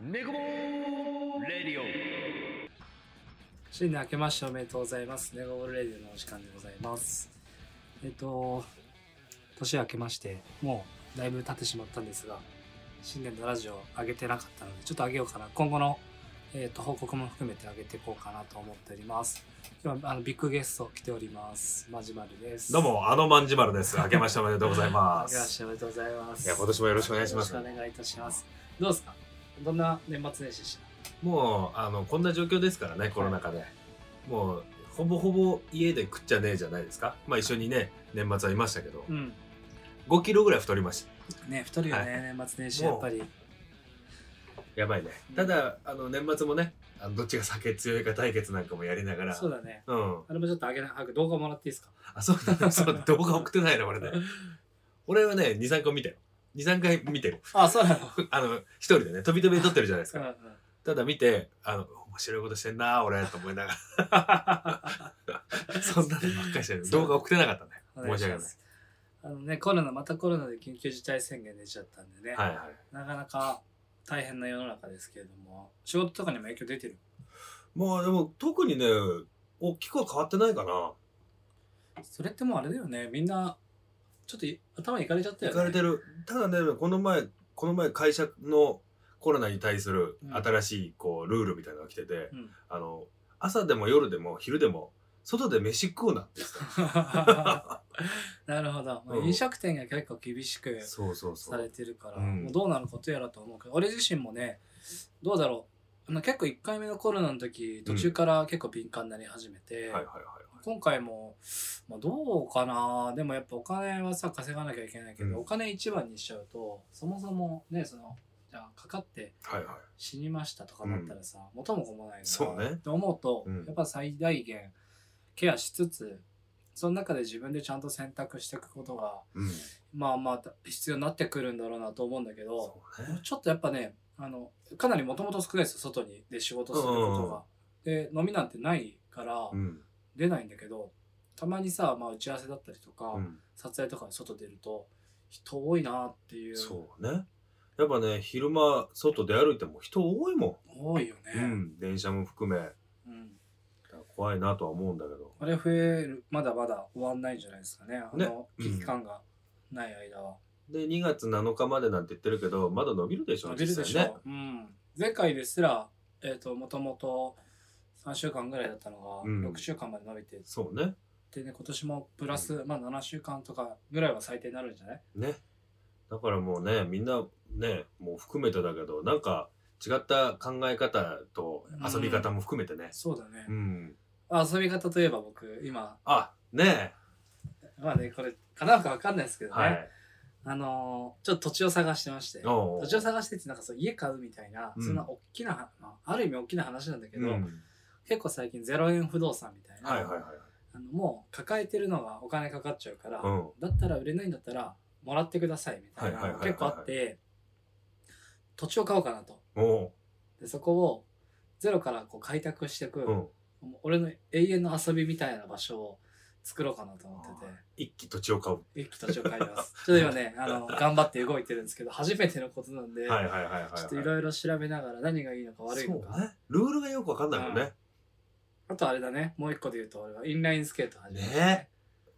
ネコボーンレディ新年明けましておめでとうございます。ネゴボールレディオのお時間でございます。えっと、年明けまして、もうだいぶ経ってしまったんですが、新年のラジオ上げてなかったので、ちょっと上げようかな。今後の、えっと報告も含めて上げていこうかなと思っております。今日はあのビッグゲスト来ております。まじまるです。どう。も、あのまんじまるです。明けましておめでとうございま明けましす。ておめでとうございます。いや、今年もよろしくお願いしますよ。ろしくお願いいたします。どうですかどんな年末年始でした もう、あの、こんな状況ですからね、コロナ禍で。もう、ほぼほぼ家で食っちゃねえじゃないですか。まあ一緒にね、年末はいましたけど、うん。 5キロぐらい太りました。ね、太るよね、年末年始、やっぱり。やばいね。ただ、あの、年末もね、あのどっちが酒強いか対決なんかもやりながら。そうだね。うん。あれもちょっとあげな、あ動画もらっていいですかあ、そうだね。そうだ動画送ってないの、俺ね。俺はね、2、3個見たよ。2、3回見てる。あ、そうなの。あの、一人でね、飛び飛びで撮ってるじゃないですうんうか。んただ見て、あの、面白いことしてんな俺と思いなが ら。そんなのばっかりしてる。動画送ってなかったね。お申願し訳しないま。すあのね、コロナ、またコロナで緊急事態宣言出ちゃったんでね、はいはい。なかなか大変な世の中ですけれども、仕事とかにも影響出てる。まあでも、特にね、大きくは変わってないかな。それってもうあれだよね、みんな、ちょっとい頭いかれちゃったよ行ね。かれてる。ただね、この前、この前会社のコロナに対するうん新しい、こう、ルールみたいなのが来てて、うん。 あの、朝でも夜でも昼でも、外で飯食うなって。なるほど。まあうん飲食店が結構厳しくそうそうそされう。てるから、うんもうどうなることやらと思うけど、俺自身もね、どうだろう。あの結構1回目のコロナの時、途中から結構敏感になり始めて、はいはいはい。今回も、まあ、どうかなでもやっぱお金はさ稼がなきゃいけないけど、うんお金一番にしちゃうとそもそもねそのじゃあかかってはいはい。死にましたとかなったらさ、元も子もないなそうねって思うと、うんやっぱ最大限ケアしつつその中で自分でちゃんと選択していくことがうん。まあまあ必要になってくるんだろうなと思うんだけど、そうね。ちょっとやっぱね、あの、かなりもともと少ないですよ、外にで仕事することが。で、飲みなんてないからうん。出ないんだけど、たまにさ、まあ打ち合わせだったりとか、うん撮影とかに外出ると、人多いなっていう。そうね。やっぱね、昼間、外出歩いても人多いも多いよね。ん。うん。電車も含め。だかうんら怖いなとは思うんだけど。あれ増える、まだまだ終わんないんじゃないですかね。あねの、うん危機感がない間は。で、2月7日までなんて言ってるけど、まだ伸びるでしょ、伸びるでし実際ょう、ね。うん、前回ですら、えっ、と、もともと3週間ぐらいだったのが、うん6週間まで伸びてそうね。でね今年もプラス、まあ7週間とかぐらいは最低になるんじゃないね。だからもうね、みんなね、もう含めてだけど、なんか違った考え方と遊び方も含めてね。そうだねう、ん。あ遊び方といえば僕今あ、ねまあねこれかなうかわかんないですけえ。どね、はい。あのーちょっと土地を探してまして土おうおう地を探してってなんかそう家買うみたいな、うんそんな大きなは、まあ、ある意味大きな話なんだけど、うん結構最近0円不動産みたいな、はいはいはい。あのもう抱えてるのがお金かかっちゃうから、うん。だったら売れないんだったらもらってくださいみたいなはいのはいはいがはい結構あって土地を買おうかなとおう。でそこをゼロからこう開拓していく、うん。もう俺の永遠の遊びみたいな場所を作ろうかなと思って一気土地を買う。て、一気土地を買います。 ちょっと今ね、あの、頑張って動いてるんですけど、初めてのことなんで、はいはいはいはいはい。ちょっといろいろ調べながら何がいいのか悪いのそうか。ね。ルールがよくわかんないもんね。あとあれだね、もう一個で言うと俺はインラインスケート始めた、ね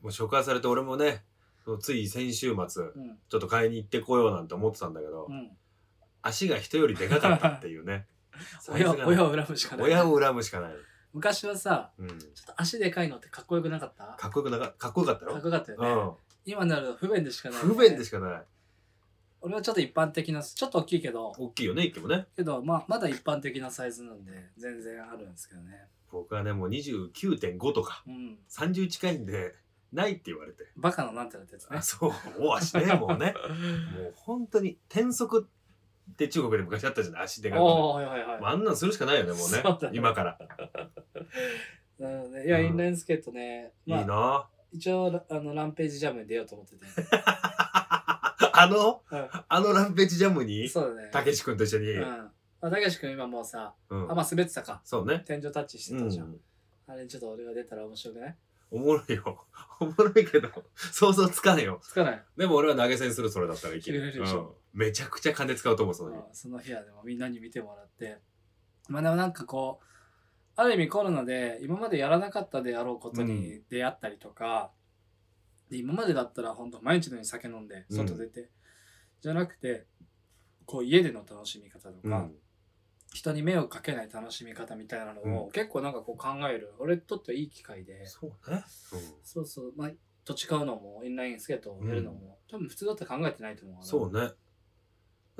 もう紹介されて俺もね、そうつい先週末、うん。ちょっと買いに行ってこようなんて思ってたんだけど、うん。足が人よりでかかったっていうね。サイズ 親がを、親を恨むしかない。親を恨むしかない。昔はさ、うん。ちょっと足でかいのってかっこよくなかったかっこよくなかかっこよかったかっよこ。よかったよね。今なると不便でしかうん。ない、不便でかしかない。俺はちょっと一般的な、ちょっと大きいけど、大きいよね、一気もね。けど、まあ、まだ一般的なサイズなんで、全然あるんですけどね。僕はね、もう29.5とか、うん。 30近いんで、ないって言われて。バカのなんてなってやつねあ。そう、お足ね、もうね。もう本当に、転足って中国で昔あったじゃない、足でかくなる おおはいはいはい。まあ、あんなんするしかないよね、もうねそうだ。ね今から。なのでいや、うんインラインスケートね、まあ、いいな一応ラあのランページジャムに出ようと 思ってて。あの、うあのランページジャムん、に、そうだね。たけし君と一緒に。う。うんん。まあたけし君今もうさ、あ、まあ滑ってたか。そうね。天井タッチしてうたじゃん。ん。あれにちょっと俺が出たら面白くないおもろいよ。 おもろいけど、想像つかねえよ。つかない。でも俺は投げ銭する、それだったらいけいる。けるでしょうんめちゃくちゃ金使うと思う、その日。まあその部屋でもみんなに見てもらって。まあでもなんかこう、ある意味コロナで今までやらなかったであろうことに出会ったりとか、で今までだったら本当毎日のように酒飲んで、うん外出て、じゃなくて、こう家での楽しみ方うとか、ん。人に迷惑かけない楽しみ方みたいなのを結構なんかこう考える、俺にとってはいい機会で、そうね。そうそう、まあ、土地買うのも、インラインスケートをやるのも、多分普通だったら考えてないと思ううな。んそうね。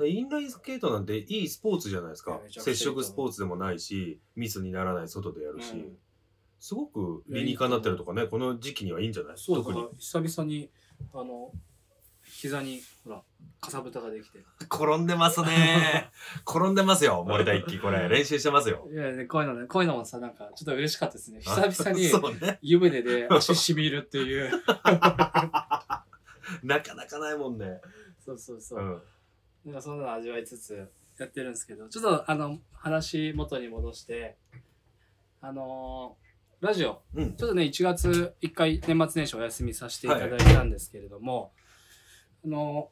インラインスケートなんていいスポーツじゃないですいやかめ。ちゃくちゃい接いと思う触スポーツでもないし、ミスにならない外でやうるし、んすごく理にかなってるとかね、この時期にはいいんじゃないそう特だからに。久々に、あの、膝に、ほら、かさぶたができて。転んでます ね。転んでますよ、森田一輝。これ、練習してますよ。いや、ね、こういうのね、こういうのもさ、なんか、ちょっと嬉しかったですね。久々 にそうね。湯 船で足しびるっていう。なかなかないもんね。そうそうそうう。ん。なんか、そんなの味わいつつやってるんですけど、ちょっと、あの、話元に戻して、あのーラジオ、うん。ちょっとね、1月1回年末年始お休みさせていただいたんですけれども、あの、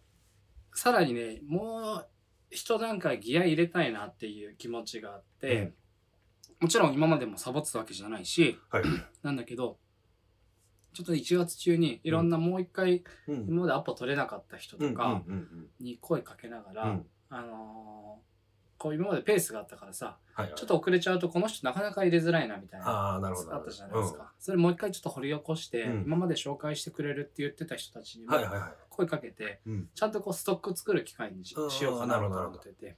さらにね、もう一段階ギア入れたいなっていう気持ちがあって、うんもちろん今までもサボってたわけじゃないし、はい なんだけど、ちょっと1月中にいろんなもう一回、うん今までアポ取れなかった人とかうんうんに声かけながら、うんうんあのーこう今までペースがあったからさ、はいはいちょっと遅れちゃうとこの人なかなか入れづらいなみたいな。ああなるほどあったじゃないですか、それもう一回ちょっと掘り起こして、うん今まで紹介してくれるって言ってた人たちにうんもはいはいはい声かけて、うんちゃんとこうストック作る機会にしあーしようかなとなるほど思ってて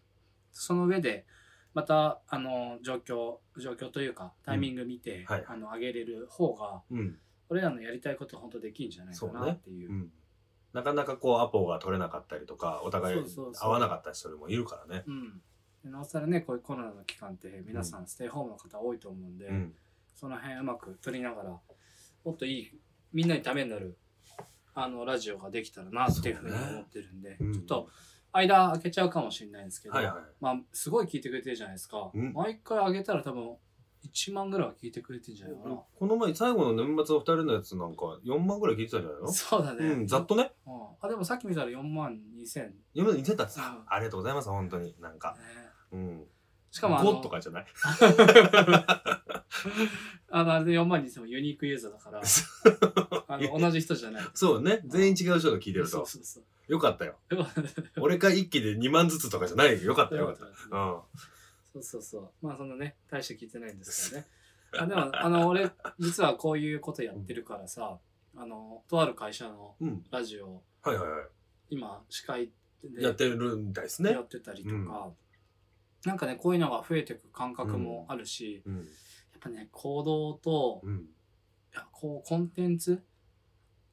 その上でまたあの状況状況というかタイミング見て、うんはいあの上げれる方がうん俺らのやりたいこと本当できるんじゃないかそうなねっていうう。んなかなかこうアポが取れなかったりとかお互いそうそうそう合わなかった人もいるからねうんでなおさらねこういうコロナの期間って皆さんステイホームの方多いと思うんで、うんその辺うまく取りながらもっといいみんなにためになるあのラジオができたらなっていうふうにそうね思ってるんで、うんちょっと間開けちゃうかもしれないんですけど、はいはまあ、すごい聞いてくれてるじゃないですか、うん毎回上げたら多分1万ぐらいは聞いてくれてるんじゃいないかな、この前最後の年末の二人のやつなんか4万ぐらい聞いてたんじゃないのそうだね、うんざっとねうんあでもさっき見たら4万2000、ね、 4万2000だってうんさありがとうございます本当になんかうんししかもあの5とかじゃないあのあれで4万2000もユニークユーザー だからあの同じ人じゃないそうね全員違う人が聞いてるそうとそうそうよかったよよかった俺が一気で2万ずつとかじゃないよよかったよよかっですねたうんそうそうそう。まあそんなね、大して聞いてないんですけどね。あでも、あの、俺、実はこういうことやってるからさ、あの、とある会社のうんラジオ、はいはいは今、司会いでやってるみたいですねやってたりとか、なんかね、こういうのが増えてく感覚もあるし、うんやっぱね、行動と、うんいやこう、コンテンツ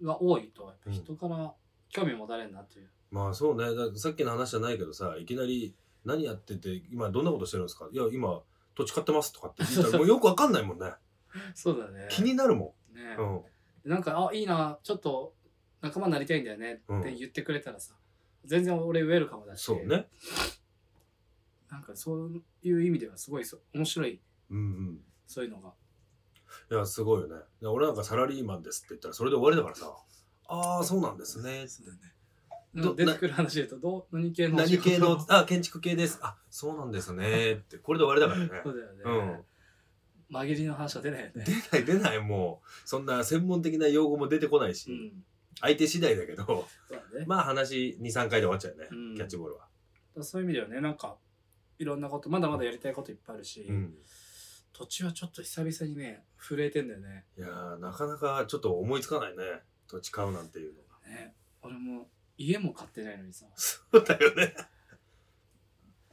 が多いと、やっぱ人から興味持たれるなという。まあそうねだってさっきの話じゃないけどさいきなり「何やってて今どんなことしてるんですか?」いや今土地買ってます」とか って聞いたらもうよくわかんないもんねそうだね。気になるもね、ん、うん、なんか「あいいなちょっと仲間になりたいんだよね」って言ってくれたらさ、全然俺ウェルカムだしそうねなんかそういう意味ではすごいそう面白いうんうんそういうのがいやすごいよねいや俺なんかサラリーマンですって言ったらそれで終わりだからさああそうなんですねど出てくる話で言うとどう何系のお仕何事系のあ建築系ですあそうなんですねってこれで終わりだからそねうだよね、うん紛れの話は出ないよね出ない出ないもうそんな専門的な用語も出てこないし、うん相手次第だけどそうだね、まあ話23回で終わっちゃうよね、うんキャッチボールは、そういう意味ではねなんかいろんなことまだまだやりたいこといっぱいあるし、うん土地はちょっと久々にね震えてんだよねいやーなかなかちょっと思いつかないね土地買うなんていうのがね俺も家も買ってないのにさそうだよね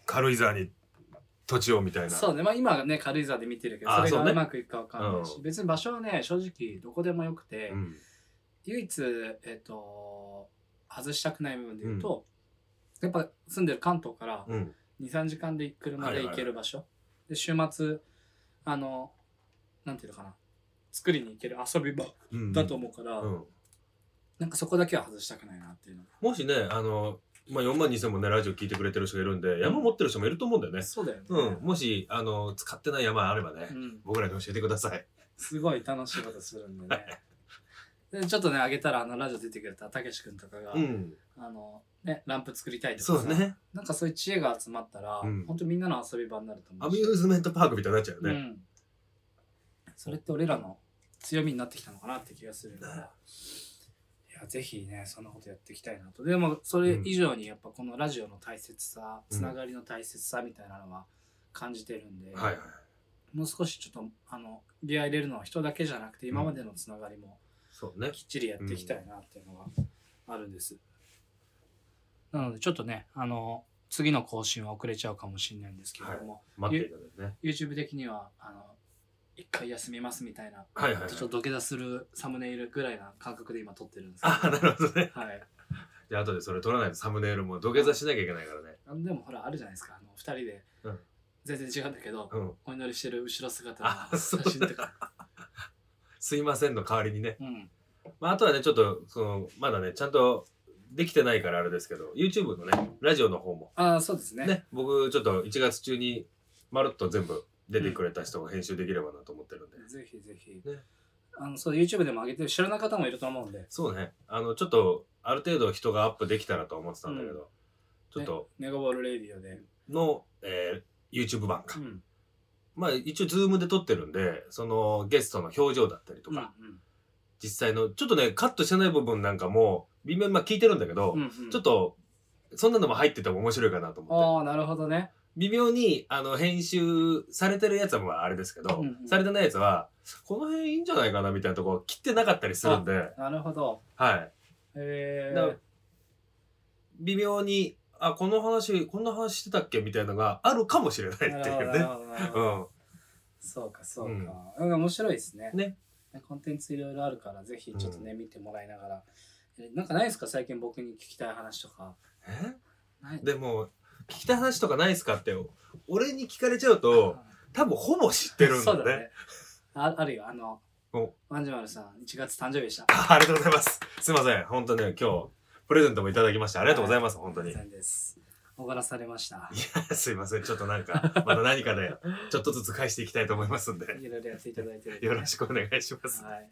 軽井沢に土地をみたいなそうね、まあ今はね、軽井沢で見てるけど、あそれそがうねうまくいくかわかんないし、うん別に場所はね、正直どこでもよくて、ん唯一、えっ、と、外したくない部分で言うと、やっぱ住んでる関東からうん2、3時間で車で行ける場所、で、週末、あの、なんていうのかな、作りに行ける遊び場うんだと思うから、うんなんかそこだけは外したくないなっていうのが。もしねあの、まあ、4万2000もねラジオ聞いてくれてる人がいるんで山持ってる人もいると思うんだよねそうだよね。うん、もしあの使ってない山あればね、うん僕らに教えてくださいすごい楽しいことするんで ね。でちょっとね、あげたら、あの、ラジオ出てくれたたけし君とかが、うん。あの、ね、ランプ作りたいとかそうだね。なんかそういう知恵が集まったら、うんほんとみんなの遊び場になると思アうミし。ューズメントパークみたいになっちゃうようね。ん。それって俺らの強みになってきたのかなって気がするから。いや、ぜひね、そんなことやっていきたいなと。でも、それ以上にやっぱこのラジオの大切さ、うんつながりの大切さみたいなのは感じてるんで、はいはい。もう少しちょっと、あの、出会い入れるのは人だけじゃなくて、今までのつながりもそうね。きっちりやっていきたいなっていうのがあるんです。なので、ちょっとね、あの、次の更新は遅れちゃうかもしれないんですけれども、待っていただいてね。 YouTube 的にはあの一回休みますみたいな、はいはいはいちょっと土下座するサムネイルぐらいな感覚で今撮ってるんですけどあ、なるほどね。はいじゃあ後でそれ撮らないとサムネイルも土下座しなきゃいけないからね。あのでもほらあるじゃないですかあの二人で、うん全然違うんだけど、うん。お祈りしてる後ろ姿のあ写そう真とかすいませんの代わりにね。う、ん、まあ、あとはね、ちょっと、その、まだね、ちゃんとできてないからあれですけど、YouTube のね、ラジオの方も、ああそうですねね、僕、ちょっと1月中に、まるっと全部出てくれた人を編集できればなと思ってるんで。ぜひぜひ、ねあのそう YouTube でも上げてる知らない方もいると思うんでそうね、あの、ちょっと、ある程度人がアップできたらと思ってたんだけど、ちょっと、ネゴボールレディオで、の、えー YouTube 版か。うんまあ、一応、ズームで撮ってるんで、その、ゲストの表情だったりとうんうか、ん実際の、ちょっとね、カットしてない部分なんかも、微妙に、まあ、聞いてるんだけど、うんうんちょっと、そんなのも入ってても面白いかなと思って。ああなるほどね微妙にあの編集されてるやつはまああれですけど、うんうんされてないやつはこの辺いいんじゃないかなみたいなとこ切ってなかったりするんで、なるほどはい、えだから微妙にあこの話こんな話してたっけみたいなのがあるかもしれないっー、てないるほどうなるね。ほどなる ほうどん、そうかそうか、うん、面白いですねねコンテンツいろいろあるからぜひちょっとね、見てもらいながらえなんかないですか最近僕に聞きたい話とかえないでも聞きたい話とかないですかって俺に聞かれちゃうと多分ほぼ知ってるんだそねうだねああるよあのおワンジマルさん1月誕生日でしたあありがとうございますすいません本当ね今日プレゼントもいただきましてありがとうございます、本当に残念ですおごらされました すいません。ちょっとなんか、また何かで、ちょっとずつ返していきたいと思いますん で、いろいろやっていただいてるんでよろしくお願いします。はい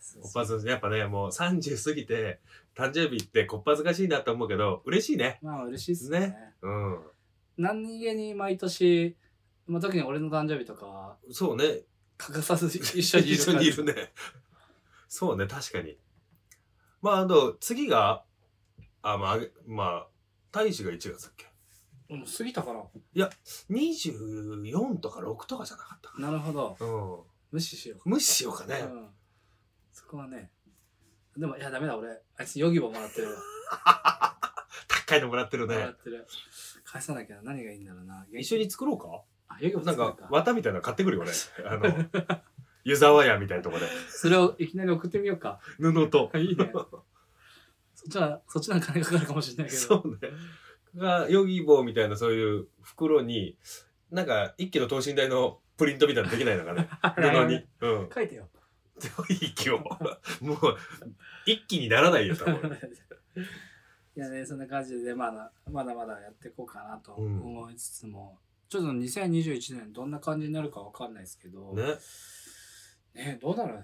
そうおっそうぱず、やっぱね、もう30過ぎて、誕生日ってこっぱずかしいなと思うけど、嬉しいね。まあ嬉しいですねねうん。何気に毎年、まあ、特に俺の誕生日とかはそうね。欠かさず一緒にい る一緒感にじいるね。そうね、確かに。まあ、あと、次が、あ、まあ、あげまあ、大使が1月だっけうん過ぎたかな ?24 とか6とかじゃなかったかなるほどな。うん。無視しよう無視しようかね。うん、そこはねでもいやダメだ俺あいつヨギボもらってるわ高いのもらってるもら ね。ってる返さなきゃ何がいいんだろうな一緒に作ろうかあヨギボなん作るか綿みたいなの買ってくるよね。あの、湯沢屋みたいなとこで。それをいきなり送ってみようか布と。いいねそっちはそっちなんか金かかるかもしれないけど そうね。が、ヨギボーみたいなそういう袋に、なんか一気の等身大のプリントみたいなのできないの かね。布に。うん。書いてよ一気を。もう、一気にならないよ、多 分。 いやねそんな感じでまだまだまだやっていこうかなと思いつつも、ちょっと2021年どんな感じになるかわかんないですけどね。ねどうなる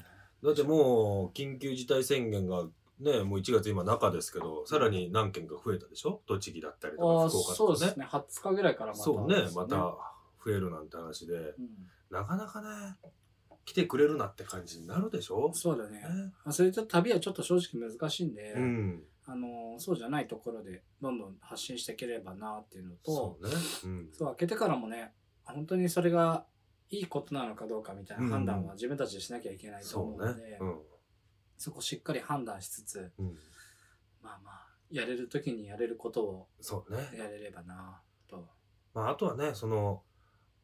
だってもう、緊急事態宣言が、ね、もう1月今中ですけど、さらに何件か増えたでしょ栃木だったりとあか、あ福岡そうとでかねす。ね20日ぐらいからまたそうねです、また増えるなんて話で。うんなかなかね、来てくれるなって感じになるでしょ、そうだね。ねまあそれと旅はちょっと正直難しいんで、うん。あのそうじゃないところでどんどん発信していければなっていうのそ、とうね。うん。そう開けてからもね、本当にそれがいいことなのかどうかみたいな判断は自分たちでしなきゃいけないと思そうので、うね。そこしっかり判断しつつ、うん。うん。まあまあやれる時にやれることをそうね。やれればなと。まあ、あとはね、その、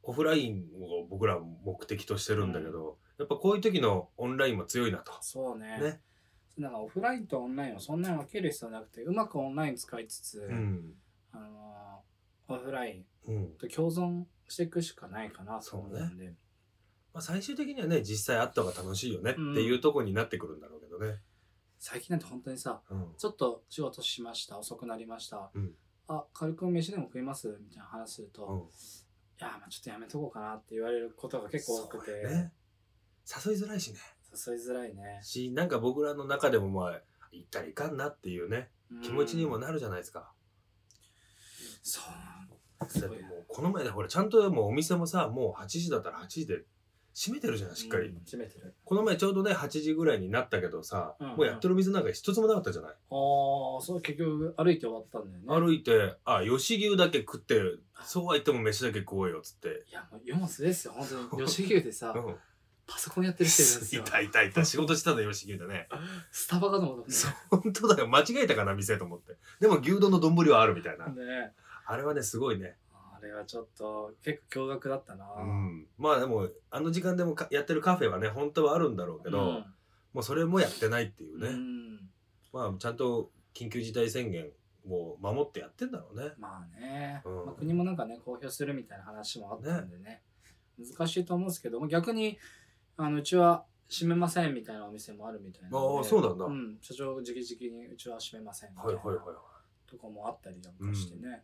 オフラインを僕ら目的としてるんだけど、やっぱこういう時のオンラインも強いなと。そうね。ね。なんかオフラインとオンラインをそんなに分ける必要なくて、うまくオンライン使いつつ、うん。あのオフラインうん。と共存していくしかないかなと思うんで、まあ、最終的にはね、実際会った方が楽しいよねっていうとこになってくるんだろうけどね。最近なんて本当にさうん。ちょっと仕事しました遅くなりました、うんあ軽く飯でも食いますみたいな話すると、うん。いやまあちょっとやめとこうかなって言われることが結構多くてそうよね。誘いづらいしね。誘いづらいね。し、なんか僕らの中でもまあ、行ったらいかんなっていうね、気持ちにもな。なるじゃないですか。そう。だってもう、この前だ、ほら、ちゃんともうお店もさ、もう8時だったら8時で閉めてるじゃない、しっかり。うん閉めてる。この前ちょうどね、8時ぐらいになったけどさ、うんもうやってるお店なんか一つもなかったじゃない。ああ、そう、結局歩いて終わったんだよね。歩いて、あ、吉牛だけ食って、そうは言っても飯だけ食おうよ、つって。いや、もう世も末ですよ。本当に。吉牛でさう、ん。パソコンやってる人いるんですいよ。たいたいた、仕事したの吉牛だね。 スタバかと思ったそう本当だよ、間違えたかな、店と思って。でも牛丼の丼はあるみたいな。もんね。あれはね、すごいね。あれはちょっと、結構驚愕だったな。うん。まあでも、あの時間でもかやってるカフェはね、本当はあるんだろうけど、もうそれもやってないっていううんね。うんまあ、ちゃんと緊急事態宣言を守ってやってんだろうね。まあね、うんまあ、国もなんかね公表するみたいな話もあったんでね難しいと思うんですけども逆にあのうちは閉めませんみたいなお店もあるみたいなのでああそうなんだうん、社長直々にうちは閉めませんみたいはいなはいはい。とかもあったりなんかしてね、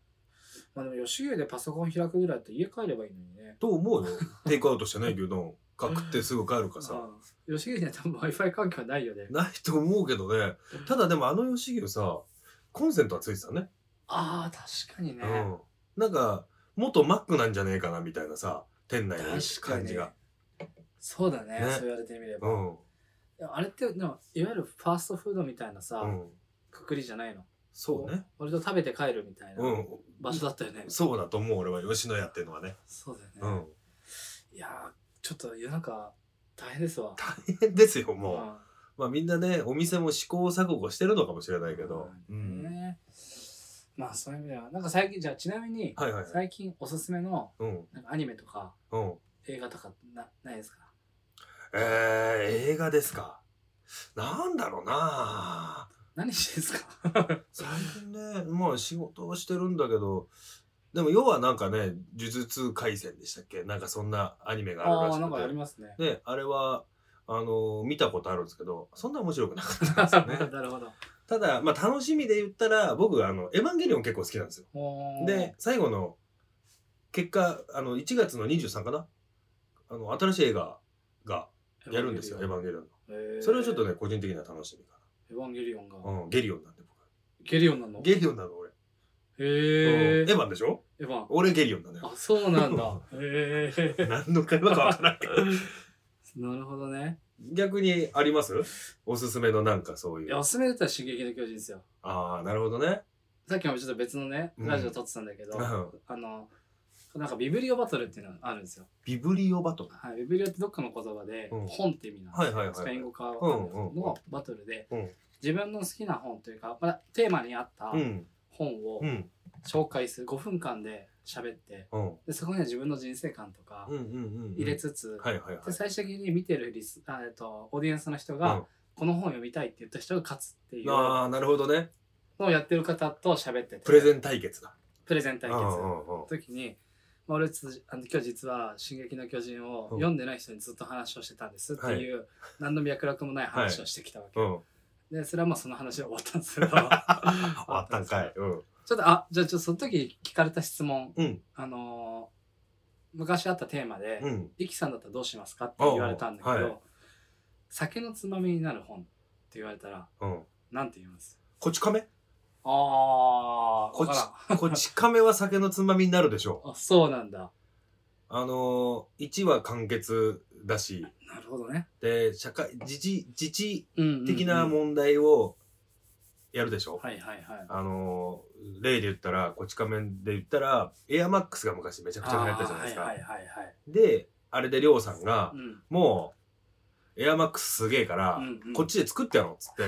まあでも吉牛でパソコン開くぐらいだって家帰ればいいのにねと思うよ。テイクアウトしてね、牛丼。か食ってすぐ帰るかさ。うん吉牛には多分 w i f i 環境はないよねないと思うけどね。ただでもあの吉牛さ、コンセントはついてたね。ああ確かにね、うん。なんか、元マックなんじゃねえかなみたいなさ、店内の確か感にじが。そうだねねそう言われてみれば、うん。でもあれってでもいわゆるファーストフードみたいなさ、うん。くくりじゃないのそうね。割と食べて帰るみたいなうん。場所だったよね、そうだと思う、俺は吉野家っていうのはね。そうだよね、うん。いやーちょっと世の中大変ですわ大変 ですよ、もう。うんまあみんなね、お店も試行錯誤してるのかもしれないけど。ううんん。ねまあそういう意味ではなんか最近じゃあちなみにはいはいはい。最近おすすめのうん。なんかアニメとかうん。映画とかなないですかえー、映画ですか。なんだろうな何してんす か最近ね、まあ仕事をしてるんだけど、でも要はなんかね、呪術廻戦でしたっけなんかそんなアニメがああるあなんらかあしりくますねて。ね、あれは、あの見たことあるんですけど、そんな面白くなかったんですよね。 なるほどた だ、まあ楽しみで言ったら、僕、あの、エヴァンゲリオン結構好きなんですよ。ほーで、最後の、結果、あの、1月の23かなあの、新しい映画がやるんですよ、エヴァンゲリオンの。えーそれはちょっとね、個人的には楽しみかエヴァンゲリオンが、な。うん、ゲリオンなんで僕。ゲリオンなのへゲリオンなの俺。えうんエヴァンでしょエヴァン俺ゲリオンなのあよ。そうなんだへえ何の会話かわからないけど。 なるほどね逆にありますおすすめのなんかそういいやうお。すすめだったら「進撃の巨人」ですよああ、なるほどね。さっきもちょっと別のねうんラジオ撮ってたんだけど、うんあのなんかビブリオバトルっていうのがあるんですよ、ビブリオバトル。はい、ビブリオってどっかの言葉でうん本って意味なんですはよ、いはいはい。スペイン語化うんうんうんのバトルで、うん自分の好きな本というか、まあ、テーマに合ったうん。本をうん。紹介する5分間で喋ってうん。でそこには自分の人生観とかうんうんうん。入れつつ、はいはいはいで。最終的に見てるリスあ、えっと、オーディエンスの人うがんこの本を読みたいって言った人が勝つっていうのああ、なるほどね。をやってる方と喋っててプレゼン対決だ。プレゼン対決うんうんうん時に、まあ、俺つあの今日実は「進撃の巨人」をうん読んでない人にずっと話をしてたんですっていう、何の脈絡もない話をしてきたわけ、うん。でそれはまあその話で終わった んですけどちああったんかい。うん。ょっとあじゃあちょっとその時聞かれた質問うん。あのー昔あったテーマでうん。 「イキさんだったらどうしますか?」って言われたんだけど、おうは酒のつまみになる本って言われたらうん。なんて言いますこち亀ああこっちわかこち亀は酒のつまみになるでしょう。らんあそうなんだあのー、1は完結だし、なるほどね、で、社会、自治、自治うんうんうん的な問題をやるでしょう。はいはいはいあのー、例で言ったら、こち亀で言ったら、エアマックスが昔めちゃくちゃ流行ったじゃないですか。あーはいはいはいはい。で、あれでりょうさんがう、んもう、エアマックスすげえから、うんうんこっちで作ってやろうっつって、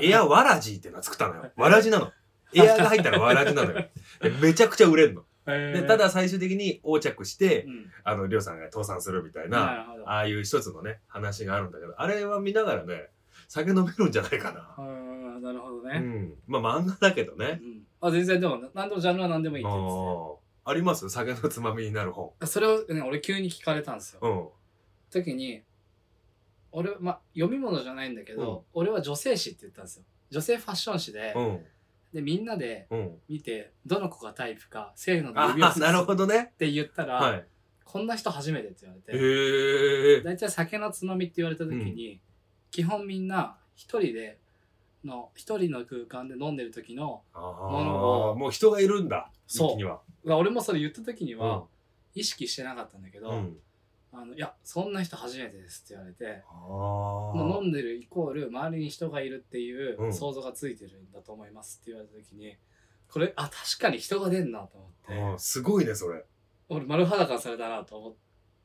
うんエアワラジーっていうのは作ったのよ。ワラジなの。エアが入ったらワラジな のよ。でめちゃくちゃ売れんの。で、た、だ最終的に横着してう、んあの、りょうさんが倒産するみたいなな、るほど。ああいう一つのね、話があるんだけど、あれは見ながらね、酒飲めるんじゃないかな。うんなるほどうね。ん。まあ漫画だけどうね。んあ全然でも何でもジャンルは何でもいいあって言ってたねーあります酒のつまみになる本。それをね俺急に聞かれたんですよ。うん。時に俺まあ読み物じゃないんだけど、俺は女性誌って言ったんですよ。女性ファッション誌で、うん。でみんなでうん。見てどの子がタイプか性のあ指をあ、なるほどね。って言ったら、はい。こんな人初めてって言われへて、え大体酒のつまみって言われた時に、基本みんな一人での、一人の空間で飲んでる時の、あのあもう人がいるんだそう一気にはうわ俺もそれ言った時には意識してなかったんだけど、うんあのいや、そんな人初めてですって言われて、ああもう飲んでるイコール周りに人がいるっていううん想像がついてるんだと思いますって言われた時にこれあ確かに人が出んなと思うっんてすごいねそれ俺丸裸にされたな と思っ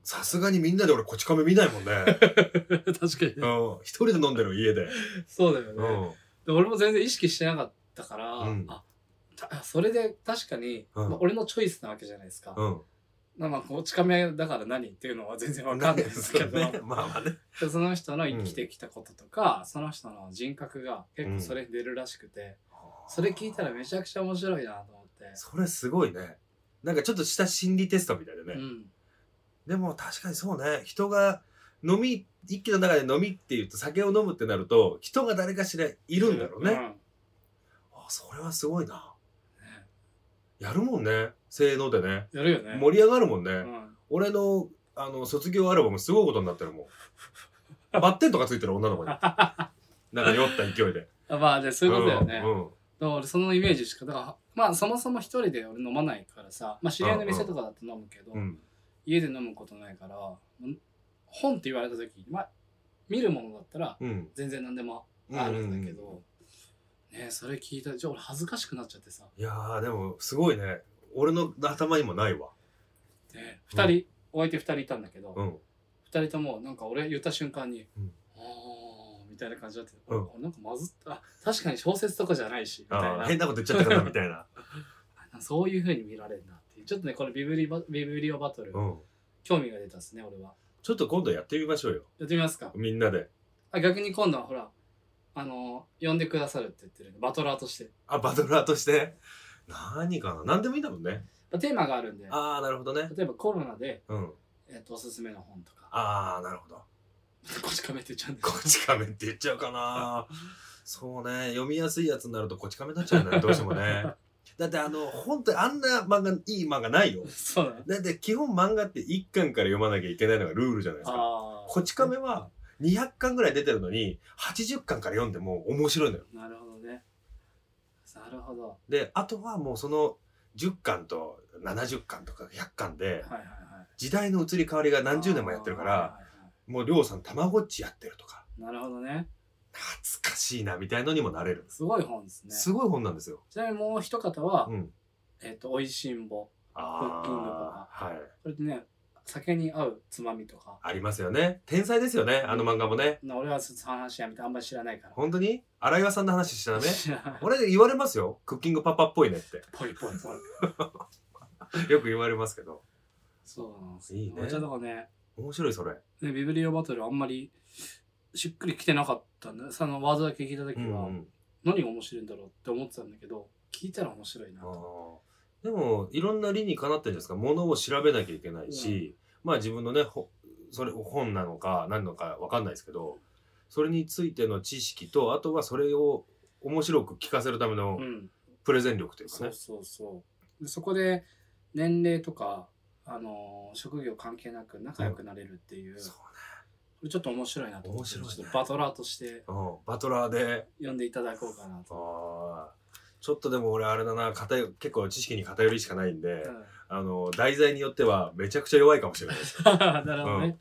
さすがにみんなで俺こち亀見ないも んねて確かにうねん一人で飲んでる家でそうだようねんで俺も全然意識してなかったから、うんあたあそれで確かに、うんまあ俺のチョイスなわけじゃないですか、うんまあまあこっち亀だから何っていうのは全然わかんないですけど、ねまあまあね でその人の生きてきたこととか、その人の人格が結構それ出るらしくて、それ聞いたらめちゃくちゃ面白いなと思って。それすごいねなんかちょっとした心理テストみたいでうね、んでも確かにそうね人が飲み一気の中で飲みって言うと酒を飲むってなると人が誰かしらいるんだろうね、うんあそれはすごいなやるもんねせーのでねやるよね。盛り上がるもんね、うん俺のあの卒業アルバムすごいことになってるもんバッテンとかついてる女 の子になんか酔った勢いであまあ、でそういうことだよね。うんうんだから俺そのイメージしか、だから、まあそもそも一人で俺飲まないからさ、まあ知り合いの店とかだと飲むけど、うん家で飲むことないから、ん本って言われた時まあ見るものだったらうん全然何でもうんあるんだけど、ねそれ聞いたじゃあ俺恥ずかしくなっちゃってさ、いやーでもすごいね俺の頭にもないわで二人、お相手二人いたんだけど、うん二人ともなんか俺言った瞬間にうん「ああ」みたいな感じだって、うんあなんかまずったあ確かに小説とかじゃないしみたいあなー変なこと言っちゃったかなみたいなあそういうふうに見られるなっていうちょっとねこれビブリバビブリオバトル、うん興味が出たですね俺はちょっと今度やってみましょうよやってみますかみんなであ逆に今度はほらあの呼んでくださるって言ってるバトラーとして、あバトラーとして何かな何でもいいんだもんねまあテーマがあるんでああなるほどね例えばコロナで、うんえっとおすすめの本とかああなるほど「こち亀」って言っちゃうんですこち亀って言っちゃうかなそうね読みやすいやつになるとこち亀になっちゃうんだねどうしてもね だってあの本当にあんな漫画いい漫画ないよそうだねだって基本漫画って1巻から読まなきゃいけないのがルールじゃないですかああこち亀は200巻ぐらい出てるのに80巻から読んでも面白いのよなるほどねなるほどはであとはもうその10巻と70巻とか100巻いではいはい時代の移り変わりが何十年もやってるかあーはいらはいはいもうりょうさんたまごっちやってるとかなるほどね。懐かしいなみたいのにもなれる、すごい本ですね。すごい本なんですよ、ちなみにもう一方は、うん、えっ、と、おいしんぼ。クッキングとあかあはいそれでね、酒に合うつまみとか。ありますよね天才ですよねあの漫画もねな俺はちょっと話やめてあんまり知らないから。本当に荒岩さんの話したらね知らない。俺言われますよクッキングパパっぽいねってぽいぽいぽい。よく言われますけどそうなんですいいねお茶とかね、面白いそれねビブリオバトルあんまりしっくりきてなかったんだ。そのワードだけ聞いた時は、うん何が面白いんだろうって思ってたんだけど、聞いたら面白いなあと。ーでもいろんな理にかなってるんじゃないですかものを調べなきゃいけないし、まあ自分のねほそれ本なのか何なのか分かんないですけどそれについての知識とあとはそれを面白く聞かせるためのうん。プレゼン力というかそねう、そうそう。でそこで、年齢とか、あのー職業関係なく仲良くなれるっていう。そうこれちょっと面白いなと思って、面白いねちょっとバトラーとしてね、うん、バトラーで呼んでいただこうかなと。あーちょっとでも俺あれだな偏り結構知識に偏りしかないんで、うんあの題材によってはめちゃくちゃ弱いかもしれないです なるほどね。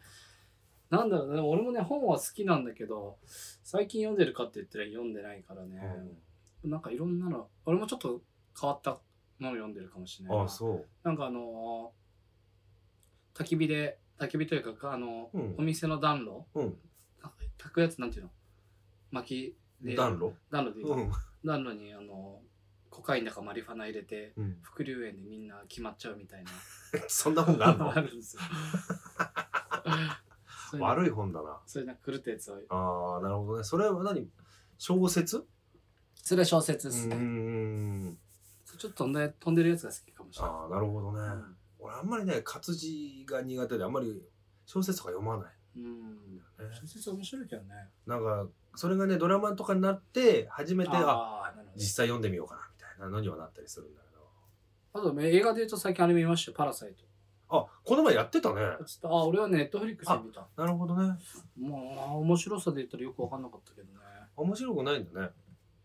なんだろうね、俺もね、本は好きなんだけど、最近読んでるかって言ったら読んでないからね、なんかいろんなの、俺もちょっと変わったもの読んでるかもしれないな。ああそうなんかあのー焚き火で、焚き火というか、あのーうんお店の暖炉、うんなんか炊くやつなんていうの薪で、暖炉暖炉でいいかうん、暖炉にあのーコカインだかマリファナ入れて、うん、副流炎でみんな決まっちゃうみたいな そんな本があるのあ るんですよ。そういうの悪い本だな。そういうなんか狂ったやつを。ああ、なるほどね。それは何小説それは小説うですーね。ん。ちょっと飛んで飛んでるやつが好きかもしれない。ああ、なるほどね。俺あんまりね、活字が苦手で、あんまり小説とか読まない。うん。ね小説面白いけどね。なんか、それがね、ドラマとかになって、初めて、あああ、なるほど。実際読んでみようかな、みたいなのにはなったりするんだけど。あとね映画で言うと最近あれ見ましたよ。パラサイト。あ、この前やってたね。ちょっとあ俺はネットフリックスで見たなるほどね。まあ面白さで言ったらよく分かんなかったけどね面白くないんだね。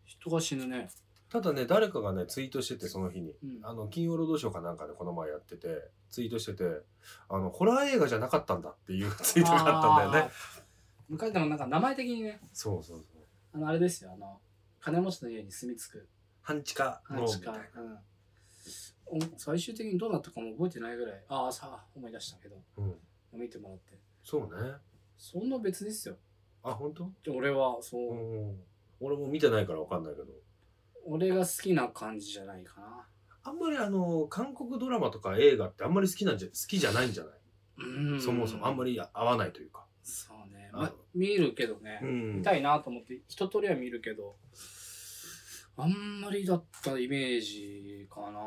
人が死ぬね、ただね、誰かがね、ツイートしてて、その日に。うん、あの、金曜ロードショーかなんかでこの前やってて、ツイートしてて、あの、ホラー映画じゃなかったんだっていうツイートがあったんだよね。あー昔でもなんか名前的にねそうそうそう。あのあれですよあの金持ちの家に住み着く半地下の、話かみたいな、うんお、最終的にどうなったかも覚えてないぐらいああさあ思い出したけどうん。見てもらってそうね。そんな別ですよあ、本当？俺はそうう、ん。俺も見てないからわかんないけど。俺が好きな感じじゃないかなあんまりあの、韓国ドラマとか映画ってあんまり好きなんじゃ、好きじゃないんじゃない、うんそもそもあんまりり合わないというか。そうね、あま、見るけどね、ん見たいなと思って一通りは見るけどあんまりだったイメージかな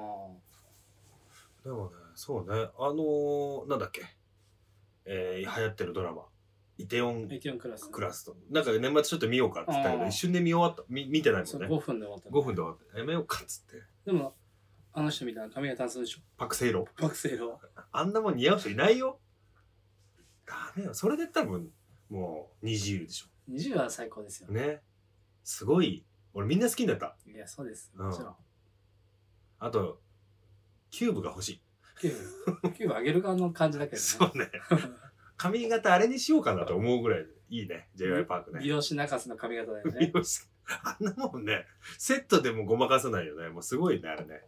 でもね、そうね、あのーなんだっけ、えー、流行ってるドラマ、イテオンエティオンクラスクラスと、なんか年末ちょっと見ようかって言ったけあど、ー一瞬で見終わった、み見てないそもうん5ね。分で終わった5分で終わって、やめようかっつって。でもあの人みたいな髪型するでしょパクセイロ。学生のあんなもん似合う人いないよ。ダメよ。それで多分、もう、虹いるでし20は最高ですよょ。ね。すごい、俺みんな好きになった。いやそうですうんもちろんあと、キューブが欲しキューブキューブ上げる側の感じだけい。どそねう ね。髪型あれにしようかなと思うぐらい、いいね。J.Y. パークね美。容師中洲の髪型だよ美ね容室あんなもんね、セットでもごまかさないよね。もうすごいね、あれね。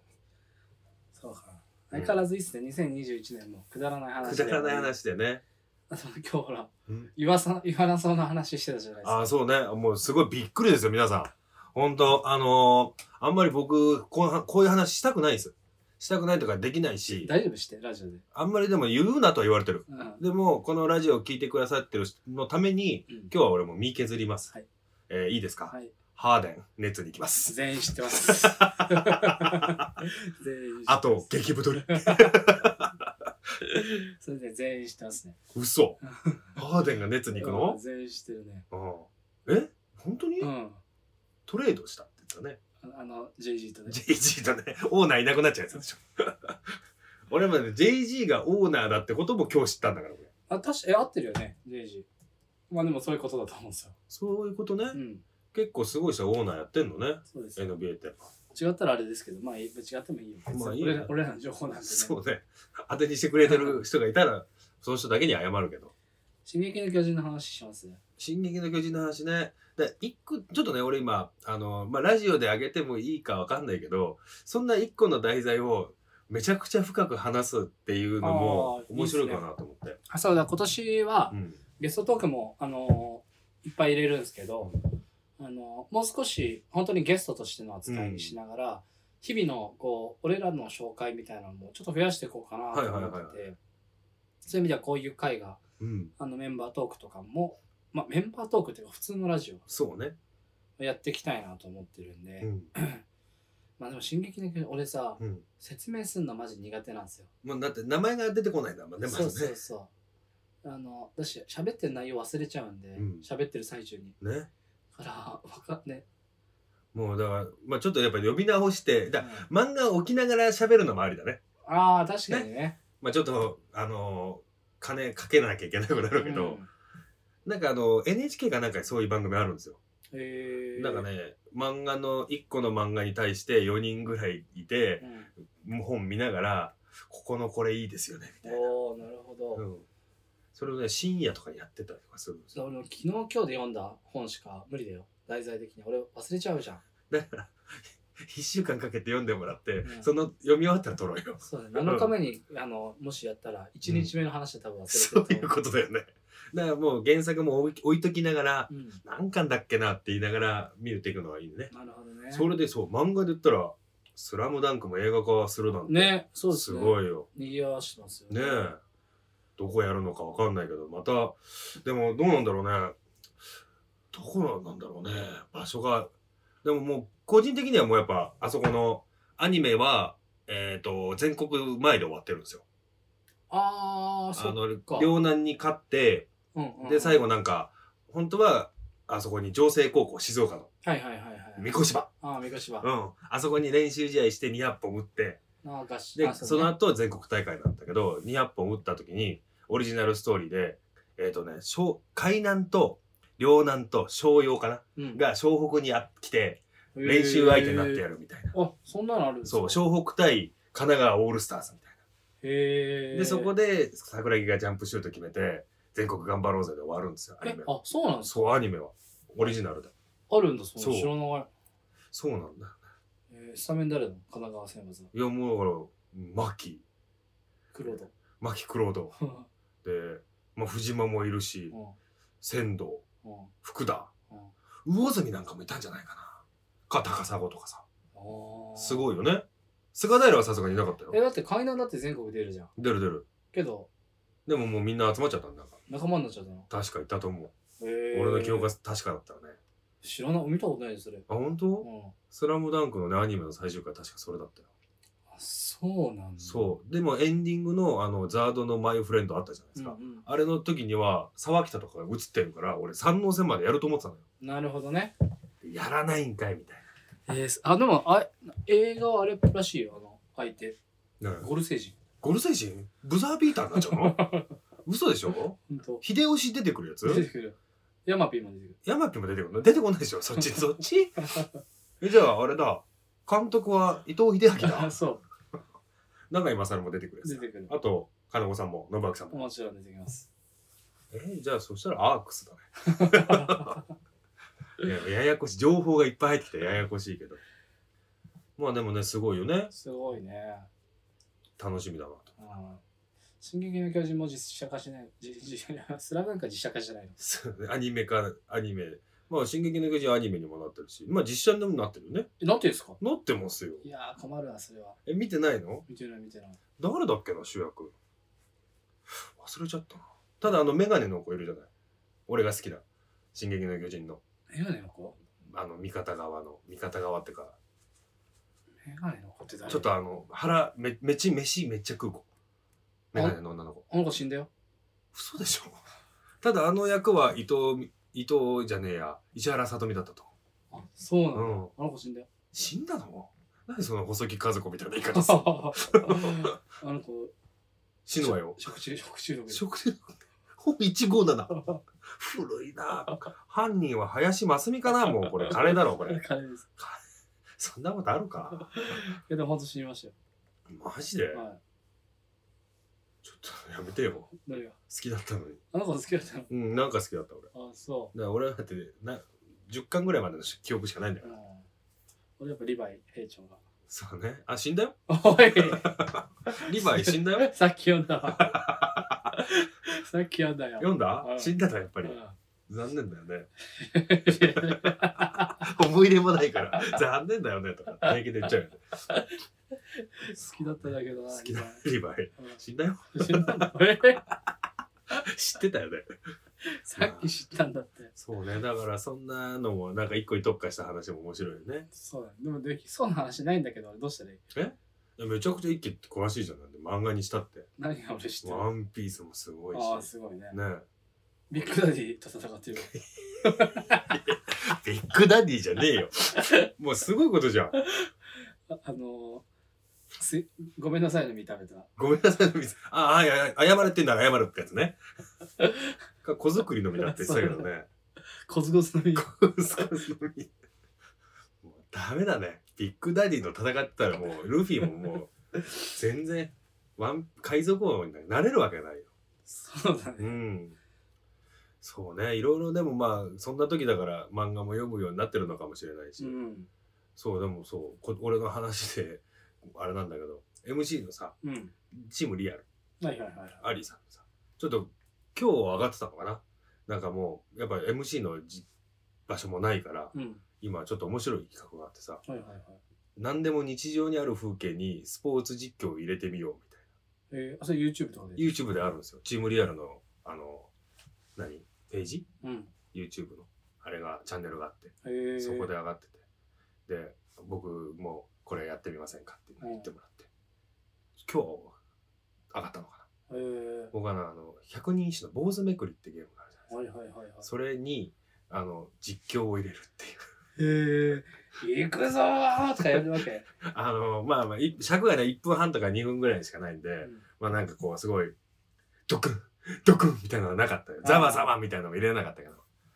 そうか相変わらずいいっすね2021年もくだらないく話だだよねらない話でね。あと今日ほらうん言わさ言わなそうな話してたじゃないですあかあ、そうね。もうすごいびっくりですよ、皆さん。ほんと、あのーあんまり僕こう、こういう話したくないです。したくないとかできないし、大丈夫してラジオであんまりでも言うなとは言われてる。うんでも、このラジオを聞いてくださってる人のために、うん今日は俺も身削ります。はいえーいいですか、はいハーデン、熱に行きます。全員知ってます 全員知ってますあと、激太り。それで全員知ってますね嘘。ハーデンが熱に行くうんの、全員知ってるねうん、え本当に、うんトレードしたって言ってたね。ああの JG とね JG とね、オーナーいなくなっちゃうやつでし ょ。俺まで JG がオーナーだってことも今日知ったんだから、俺。あ確かえ合ってるよね JG まあでもそういうことだと思うんですよそういうことね。うん結構すごい人がオーナーやってんのね。そうですよ NBA って。違ったらあれですけどまあいい違ってもいいよまあいいよ俺ら俺らの情報なんでねそうね。当てにしてくれてる人がいたら、その人だけに謝るけど。進撃の巨人の話しますね進撃の巨人の話ね。で、一個、ちょっとね、俺今、あの、まあ、ラジオで上げてもいいかわかんないけど、そんな一個の題材をめちゃくちゃ深く話すっていうのもあー面白いかなと思って。あそうだ今年はうん。ゲストトークも、あのーいっぱい入れるんですけど、あのーもう少し本当にゲストとしての扱いにしながら、日々のこう俺らの紹介みたいなのもちょっと増やしていこうかなと思ってて、はいはいそういう意味ではこういう回がうん。あのメンバートークとかも、まあ、メンバートークっていうか普通のラジそうね。オやっていきたいなと思ってるんで、うん。まあでも「進撃の巨人」俺さうん。説明するのマジ苦手なんですよ。もうだって名前が出てこないんだもんね、まそうずそうね。そう。あの私喋ってる内容忘れちゃうんでうん喋、ってる最中に。ね。だからわかんね。もうだから、まあちょっとやっぱ呼び直して、うだん漫画を置きながら喋るのもありだね。ああ確かにね。まあちょっと、あのー金かけなきゃいけなくなるけど、なんかあの、NHK かなんかそういう番組あるんですよ。うん、へえ。なんかね、漫画の、1個の漫画に対して4人ぐらいいて、う本見ながら、ここのこれいいですよね、みん。たいな。おおなるほど。うん。それをね、深夜とかにやってたりとかするんですそよ。う俺も昨日今日で読んだ本しか無理だよ。題材的に俺忘れちゃうじゃん。だから、1週間かけて読んでもらって、うんその読み終わったら撮ろうよ。そうだね。7日目に、あのもしやったら1日目の話で多分忘それうているとう思う。ことだよね。だからもう原作も置い置いときながら、うん。何巻だっけなって言いながら見るっていくのはいいね。なるほどね。それでそう、漫画で言ったら、スラムダンクも映画化するなんて。ねそうですすね。ごいよ。い。賑わしてますよねえ。どこやるのかわかんないけど、また、でもどうなんだろうね。どこなんだろうね。場所が。でももう、個人的にはもうやっぱ、あそこのアニメは、えっ、と、全国前で終わってるんですよ。ああそあう。のか、両南に勝って、うんうん、で、最後。後なんか、本当は、あそこに城西高校、静岡の、はいはいはいはい。三越場。ああ、三越場。うん。あそこに練習試合して200本打って、あ合宿で、あそのうね後全国大会なんだけど、200本打った時に、オリジナルストーリーで、えっ、とね、小海南と、両南と、湘陽かなうんが、湘北にやってきて、練習相手になってやるみたいな。あそんなのあるんですかそう、湘北対神奈川オールスターズみたいへな。えで、そこで、桜木がジャンプシュート決めて、全国頑張ろうぜで終わるんですよ、アニえメは。あそうなんですかそう、アニメは。オリジナルだ。あるんだそそうの知らないそうなんだ。えースタメン誰なの神奈川選抜のいや、もうだから、牧、黒田牧クロー ド。で、まあ、藤間もいるしう、ん仙道、うん福田、うん魚住なんかもいたんじゃないかな。か、高砂とかさ。あーすごいよね。菅平はさすがにいなかったえよ。だって海南だって全国出るじゃん出る出る。けどでももうみんな集まっちゃったんだか仲間になっちゃったのら。確かいたと思う。へー俺の記憶が確かだったよね。知らない見たことないですそれあ、本当、うんスラムダンクのね、アニメの最終回確かそれだったよ。あそうなんだそう。でもエンディングの、あの、ザードのマイフレンドあったじゃないですんか。うんあれの時には、沢北とかが映ってるから、俺三能戦までやると思ってたのよ。なるほどねやらないんかい、みたいえーあでもあ映画はあれらしいよあの相手な。だからゴルセージゴルセインブザービーターになっちゃうの嘘でしょほんと秀吉出てくるや出てつくるヤマピーも出てくるヤマピも出てくるの出てこないでしょそっ ち、そっちえ、じゃああれだ。監督は伊藤秀明あ だ。そ長井勝も出てくるう出やてくるつ。あと、金子さんも、信明さんも。もちろん出てきますえーじゃあそしたらアークスだね。いやややこしい。情報がいっぱい入ってきてややこしいけど。まあでもね、すごいよね。すごいね楽しみだなと。うん進撃の巨人も実写化しない、じじ スラムダンクは実写化じゃないの。そう アニメか、アニメ。まあ、進撃の巨人はアニメにもなってるし、まあ実写にもなってるよね。え、なんていうんですかなってますよ。いやー、困るな、それは。え、見てないの見てない、見てない。誰だっけな、主役。忘れちゃったな。ただあの、メガネの子いるじゃない。俺が好きな。進撃の巨人の。メガネの子あの、味方側の、味方側ってか、メガネの子って誰ちょっ。とあの、腹、め、めち、飯めっちゃ食う子。メガネの女の子。あの子死んだよ。嘘でしょただあの役は伊藤、伊藤じゃねえや、石原さとみだったと。あ、そうなの、うん。あの子死んだよ。死んだの何その細木和子みたいな言い方 するあの子、死ぬわよ。食中食中毒で。食中毒本157。古いな犯人は林真澄かなもうこれ、カレーだろ、これ。あれです。そんなことあるかいや、でも本当死にましたよ。マジではちょっとやめてよ。好い。誰がきだったのに。あの子好きだったのうん、なんか好きだった、俺。だかあ、そら俺だって、な、10巻ぐらいまでの記憶しかないんだう。よう。ん。俺やっぱリヴァイ兵長が。そうね。あ、死んだよおいリヴァイ死んだよ さっき読んだわ。さっき読んだよ。読んだうん死んだな、やっぱり。うん残念だよ ね。い思い入れもないから、残念だよね、とか、平気で言っちゃうよね。や好きだったんだけどな。好きだ、リヴァイ。今。うん死んだよ。知らんの え知ってたよね。さっき知ったんだって。そうね。だから、そんなのも、なんか一個に特化した話も面白いよね。そうだね。でもできそうな話ないんだけど、俺どうしたらいいいやめちゃくちゃ一気って詳しいじゃん。なんで漫画にしたって。何が俺知ってるワンピースもすごいああ、し。すごいね。ねビッグダディと戦ってる。ビッグダディじゃねえよ。 もうすごいことじゃん。ああのーす、ごめんなさいの見た目とは。ごめんなさいの水。ああ、いやいや謝れってんなら謝るってやつね。 か子作りの実だって言ってたけどね。コツコツの実。子作りの実。もうダメだね。ビッグダディと戦ってたらもう、ルフィももう、全然、ワン、海賊王になれるわけないよ。そうだうね。ん。そうね。いろいろでもまあ、そんな時だから漫画も読むようになってるのかもしれないし。うん。そう、でもそう、こ俺の話で、あれなんだけど、MC のさ、うん。チームリアル、はいはいはい。アリーさんのさ、ちょっと今日上がってたのかななんかもう、やっぱり MC のじ場所もないから、うん。今ちょっと面白い企画があってさ、はいはいはい。何でも日常にある風景にスポーツ実況を入れてみようみたいな。えー、あ、それ YouTube とかで。 YouTube であるんですよ。チームリアルの、あの、何ページうん。 YouTube のあれがチャンネルがあって、えー、そこで。上がっててで僕もこれやってみませんかって言ってもらって、今日上がったのかなえー、僕はなあの百人一首の坊主めくりってゲームがあるじゃないですか、はいはいはいはい。それにあの実況を入れるっていうへえ、行くぞーとかやるわ け。 あの、まあまあ、い尺がね、1分半とか2分ぐらいしかないんで、まあなんかこう、すごい、ドクン、ドクンみたいなのはなかったよ。あーザワザワみたいなのも入れなかったけど。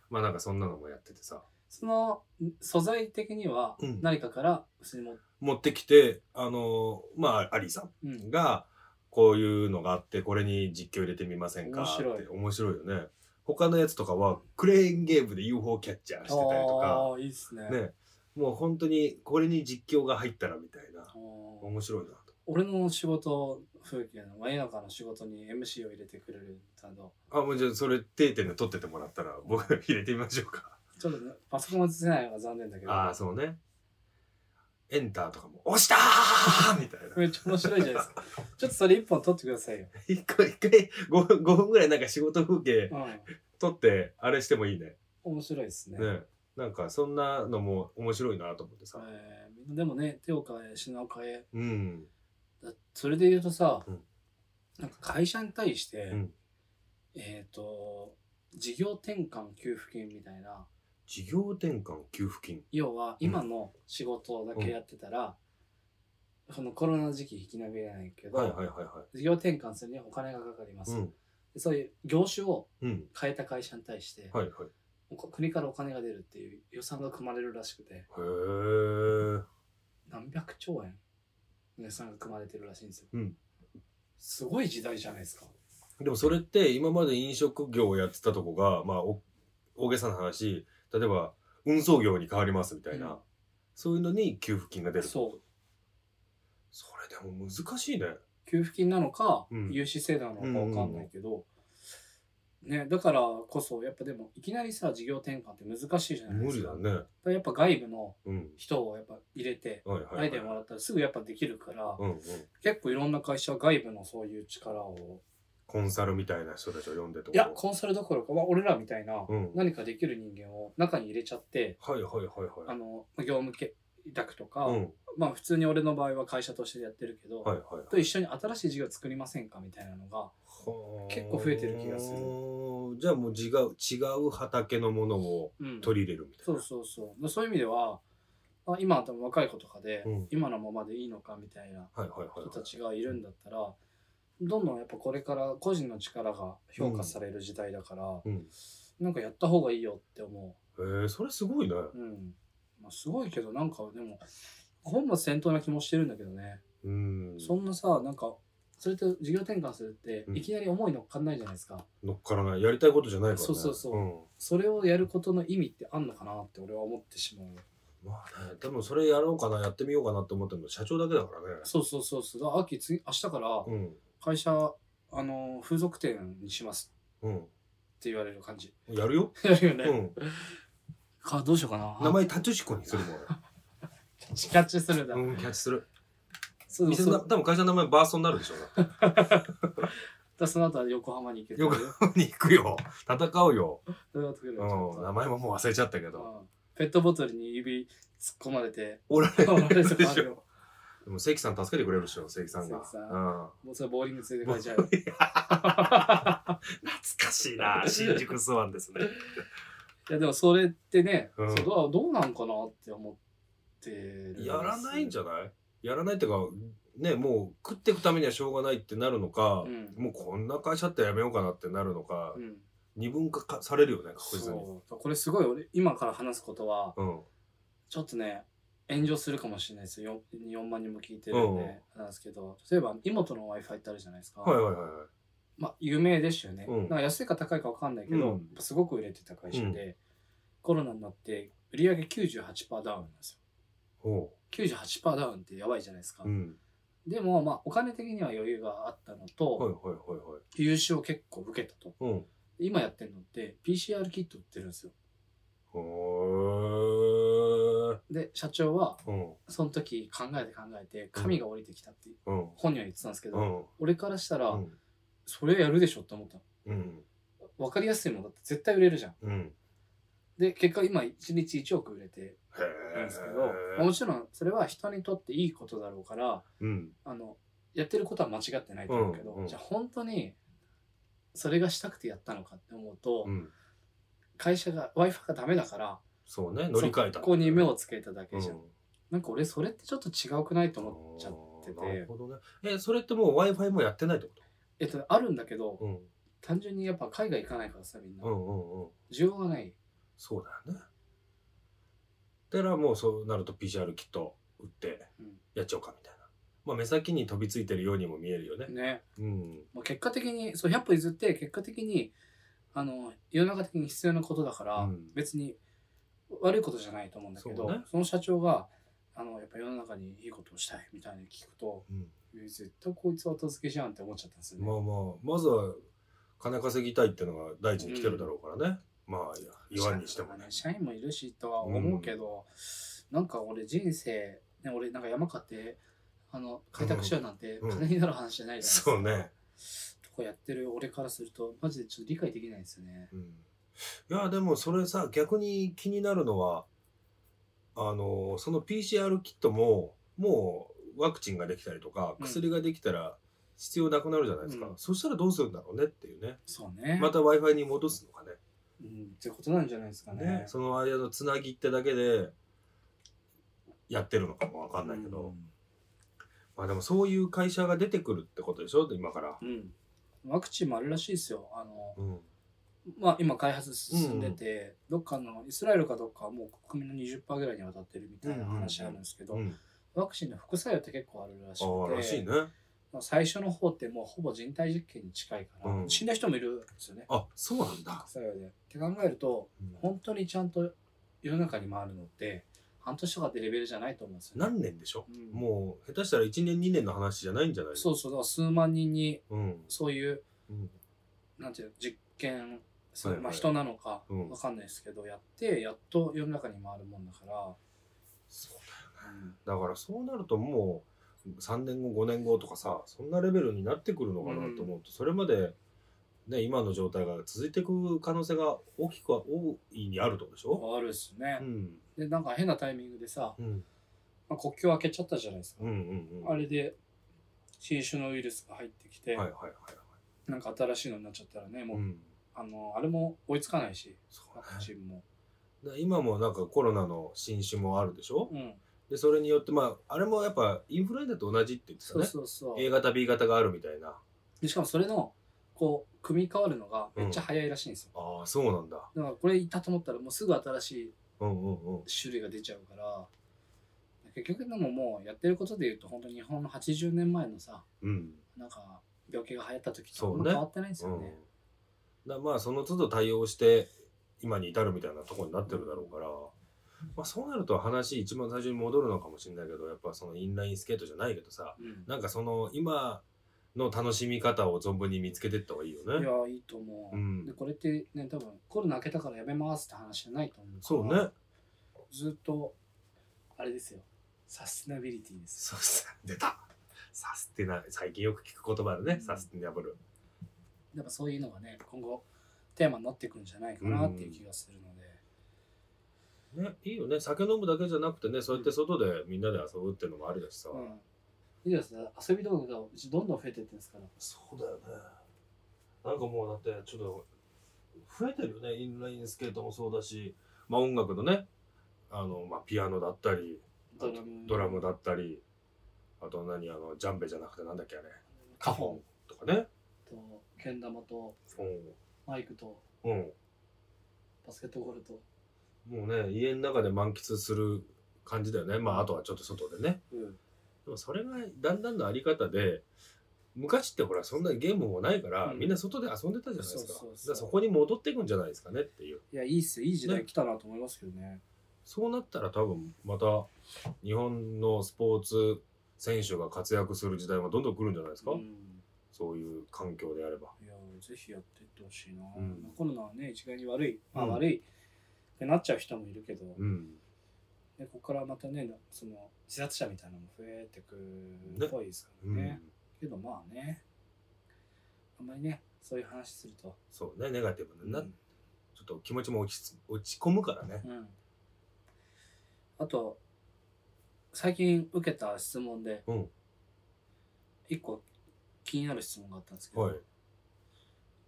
まあなんかそんなのもやっててさ。その素材的にはうん何かから普通に持って、持ってきて、あの、まあ、アリーさうんんが、こういうのがあって、これに実況入れてみませんか面って白い。面白いよね。他のやつとかは、クレーンゲームで UFO キャッチャーしてたりとか、ああいいっすねね。もう本当に、これに実況が入ったらみたいなあ。ー面白いなと。俺の仕事風景の真夜中の仕事に MC を入れてくれるなどあ、もうじゃあそれ定点で撮っててもらったら 僕入れてみましょうか。ちょっとねパソコン映せないのが残念だけどああ、そうね。エンターとかも、押した ーみたいな。めっちゃ面白いじゃないですかちょっとそれ一本撮ってくださいよ、一回、一回5分、5分ぐらいなんか仕事風景う撮って、あれしてもいいね。ん、面白いですねね。なんかそんなのも面白いなと思ってさ。えーでもね手を変え品を変えうん。だそれで言うとさ、うんなんか会社に対して、んえっ、と事業転換給付金みたいな事業転換給付金。要は今の仕事だけやってたら、そのコロナの時期引き延びれないけど、はいはいはいは事業転換するにはお金がかかりまい。す、うん。でそういう業種をうん。変えた会社に対して、はいはい。こ国からお金が出るっていう予算が組まれるらしくてへー。何百兆円の予算が組まれてるらしいんですよ、うんすごい時代じゃないですかでもそれって今まで飲食業をやってたとこが、まあ、お大げさな話例えば運送業に変わりますみたいな、うんそういうのに給付金が出るそうそれでも難しいね給付金なのか、うん融資制度なのか分かんないけど、ね、だからこそやっぱでもいきなりさ事業転換って難しいじゃないで無す理かだねやっぱ外部のうん人をやっぱ入れてはいはい、アはイい、デアもらったらすぐやっぱできるから、うんうん、結構いろんな会社は外部のそういう力をコンサルみたいな人たちを呼んでといやコンサルどころか、まあ、俺らみたいなうん何かできる人間を中に入れちゃって、はいはいはいあはいの業務け委託とか、うんまあ普通に俺の場合は会社としてやってるけど、はいはいと一緒に新しい事業作りませんかみたいなのが結構増えてる気がするるじゃあもう違う違う畑のものをうん取り入れるみたいそうそうそうでそういう意味ではあ今でも若い子とかで、うん今のままでいいのかみたいなな、はいはいはい人はたいちがいるんだったら、どんどんやっぱこれから個人の力が評価される時代だから、うんなんかやった方がいいよって思えー、それすごいねううん、まあ、すごいけどなんかでも本末転倒な気もしてるんだけどね、うんそんなさなんかそれと事業転換するって、うんいきなり思い乗っかんないじゃないですか乗っからないやりたいことじゃないからねそうそうそんそれをやることの意味ってあんのかなって俺は思ってしまうまあね、でもそれやろうかな、やってみようかなって思ってるの社長だけだからね。そうそうそうそうだから秋次明日から、うん。会社あの風俗店にしますうん。って言われる感じ やるよ。やるよね、うん。かどうしようかな名前タチュシコにする もんキャッチキャッチするんだ、俺。うん、キャッチする。そう店そうの名だか多分会社の名前バーストになるでしょ う ね。らその後は横浜に行ける横浜に行くよ。戦うよ。それは作れるうん。名前ももう忘れちゃったけ ど。うんペットボトルに指突っ込まれ ておられ折られるたでことあしょ。るよでも関さん助けてくれるでしょ、関さんが。関さんうん。もうそれボーリング連れて帰っちゃ う懐かしいな、新宿スワンですね。いやでもそれってね、うんそうどうどうなんかなって思ってるで すやらないんじゃないやらないっていうか、ね、もう食っていくためにはしょうがないってなるのかう、ん、もうこんな会社ってやめようかなってなるのかう、ん、二分化かされるよね確実にそうこれすごい俺今から話すことはうんちょっとね、炎上するかもしれないですよ。4, 万人も聞いてるんで、なんですけど、例えば、妹の Wi-Fi ってあるじゃないですか。はいはいはいはいまあ、有名ですよね。うんなんか安いか高いか分かんないけど、うんすごく売れてた会社で、コロナになって、売り上げ98%ダウンなんですよ。ほ98%ダウンってやばいじゃないですか。ううんでも、まあ、お金的には余裕があったのと、はいはいはいはい優勝を結構受けたと。うん今やってるのって、PCR キット売ってるんですよ。ほーで、社長は、うんその時考えて考えて、神が降りてきたってうん本人は言ってたんですけど、うん俺からしたら、うんそれやるでしょって思ったのうん分かりやすいものだって絶対売れるじゃんうんで結果今1日1億売れてへるんですけど、まあえもちろんそれは人にとっていいことだろうからうんあのやってることは間違ってないと思うけど、うんうんじゃあ本当にそれがしたくてやったのかって思うと、うん会社が w i f i がダメだからそうね、乗り換えた。そこに目をつけただけうんじゃん、なんか俺それってちょっと違うくないと思っちゃってあーなるてほどね。え、それってもう Wi-Fi もやってないってこえっとあるんだけど、とうん。単純にやっぱ海外行かないからさみんな、うんうんうん。需要がないそうだよね。だからもうそうなると PCR キット打ってうんやっちゃおうかみたいな。まあ目先に飛びついてるようにも見えるよね。ね、うん。まあ、結果的にそう100歩譲って結果的にあの世の中的に必要なことだから、うん別に悪いことじゃないと思うんだけどそうそ,、ねの社長があのやっぱ世の中にいいことをしたいみたいに聞くとうんえ絶対こいつ後付けじゃんって思っちゃったんですよね、まあまあ、まずは金稼ぎたいっていうのが第一に来てるだろうからね。まあいや、言わんにしてもね。社員もいるしとは思うけど、なんか俺人生、ね、俺なんか山買ってあの開拓しようなんてうん金になる話じゃないじゃそなういですね。か、とかやってる俺からするとマジでちょっと理解できないですよねうんいやでもそれさ逆に気になるのはあのその PCR キットももうワクチンができたりとかうん薬ができたら必要なくなるじゃないですか、うんそしたらどうするんだろうねっていうねそうねまた w i f i に戻すのかねうん、ってことなんじゃないですかねねその間のつなぎってだけでやってるのかもわかんないけど、まあでもそういう会社が出てくるってことでしょ今からう。ん、うんワクチンもあるらしいですよあのうんまあ今開発進んでて、どっかのイスラエルかどっかはもう国民の20%ぐらいにわたってるみたいな話あるんですけど、うん、ワクチンの副作用って結構あるらしくああてらしいね。まあ最初の方ってもうほぼ人体実験に近いから、うん死んだ人もいるんですよねあそうなんだ副。作用で。って考えるとうん本当にちゃんと世の中に回るのって半年とかってレベルじゃないと思うんですよね。何年でしょうんもう下手したら1年2年の話じゃないんじゃないそうそうだから数万人にう。うん。そういううん。なんていうの実験はいはいまあ、人なのかうんわかんないですけど、やってやっと世の中に回るもんだから、そうだからそうなるともう3年後5年後とかさそんなレベルになってくるのかなと思うと、それまで、ね、今の状態が続いていく可能性が大きくは大いにあるってことでしょ、あるっすねう、ん、でなんか変なタイミングでさ、うんまあ、国境開けちゃったじゃないですか、うんうんうんあれで新種のウイルスが入ってきて、はいはいはいなんか新しいのになっちゃったらねもはう、い、うん、あのあれも追いつかないしそワクチンも、うねで今もなんかコロナの新種もあるでしょ、うん、でそれによってまああれもやっぱインフルエンザと同じって言ってたそねうそうそう A 型 B 型があるみたいなでしかもそれのこう組み替わるのがめっちゃ早いらしいんですよ、ああそうなんだだからこれいたと思ったらもうすぐ新しいうんうんうん種類が出ちゃうから結局でももうやってることで言うと本当に日本の80年前のさうんなんか病気が流行った時とそあうんねま変わってないんですよねうん、だまあその都度対応して今に至るみたいなところになってるだろうから、まあ、そうなると話一番最初に戻るのかもしれないけどやっぱそのインラインスケートじゃないけどさうんなんかその今の楽しみ方を存分に見つけていった方がいいよいね。やいいと思う、うんでこれってね多分コロナ明けたからやめますって話じゃないと思うそうからね。ずっとあれですよサステナビリティですそうさ出たサスティナ最近よく聞く言葉だね、うんサスティナブル。やっぱそういうのがね今後テーマになってくんじゃないかなっていう気がするので、ね、いいよね酒飲むだけじゃなくてねそうやって外でみんなで遊ぶっていうのもあるだしさ、うんいいですね遊び道具がうちどんどん増えてってんですからそうだよね。なんかもうだってちょっと増えてるよね。インラインスケートもそうだし、まあ音楽のね、あの、まあピアノだったり、あとドラムだったり、あと何あの、ジャンベじゃなくてなんだっけあれ、カホンとかね。とけん玉とマイクとうん。うん。バスケットボールと、もうね、家の中で満喫する感じだよね。まああとはちょっと外でね。うん、でもそれがだんだんのあり方で、昔ってほらそんなゲームもないから、うんみんな外で遊んでたじゃないですか。そうそうそうだからそこに戻っていくんじゃないですかねっていう。いやいいっすよいい時代来たなと思いますけどねそうなったら多分また日本のスポーツ選手が活躍する時代はどんどん来るんじゃないですか、うんそういう環境であれば。いやぜひやってってほしいな、うんまあコロナはね一概に悪い、まあ、うん悪いってなっちゃう人もいるけど、うん。でここからまたねその自殺者みたいなのも増えてくるっぽいですからねけどまあねあんまりねそういう話すると、そうね、ネガティブうんな、ちょっと気持ちも落ちつ落ち込むからね。うんあと最近受けた質問でうん一個気になる質問があったんですけど、はい。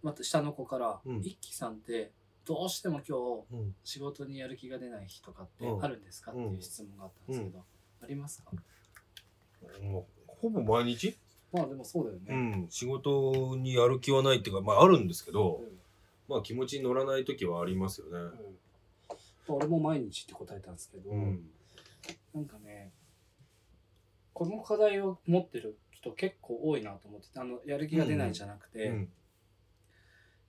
また下の子から「うん一輝さんってどうしても今日うん、仕事にやる気が出ない日とかってうんあるんですかっていう質問があったんですけど、ありますかもうほぼ毎日、まあでもそうだようね。ん、仕事にやる気はないっていうか、まあ、あるんですけどう、んまあ、気持ちに乗らない時はありますよね。うん俺も毎日って答えたんですけど、うん、なんかねこの課題を持ってる人結構多いなと思っててあのやる気が出ないじゃなくて、うん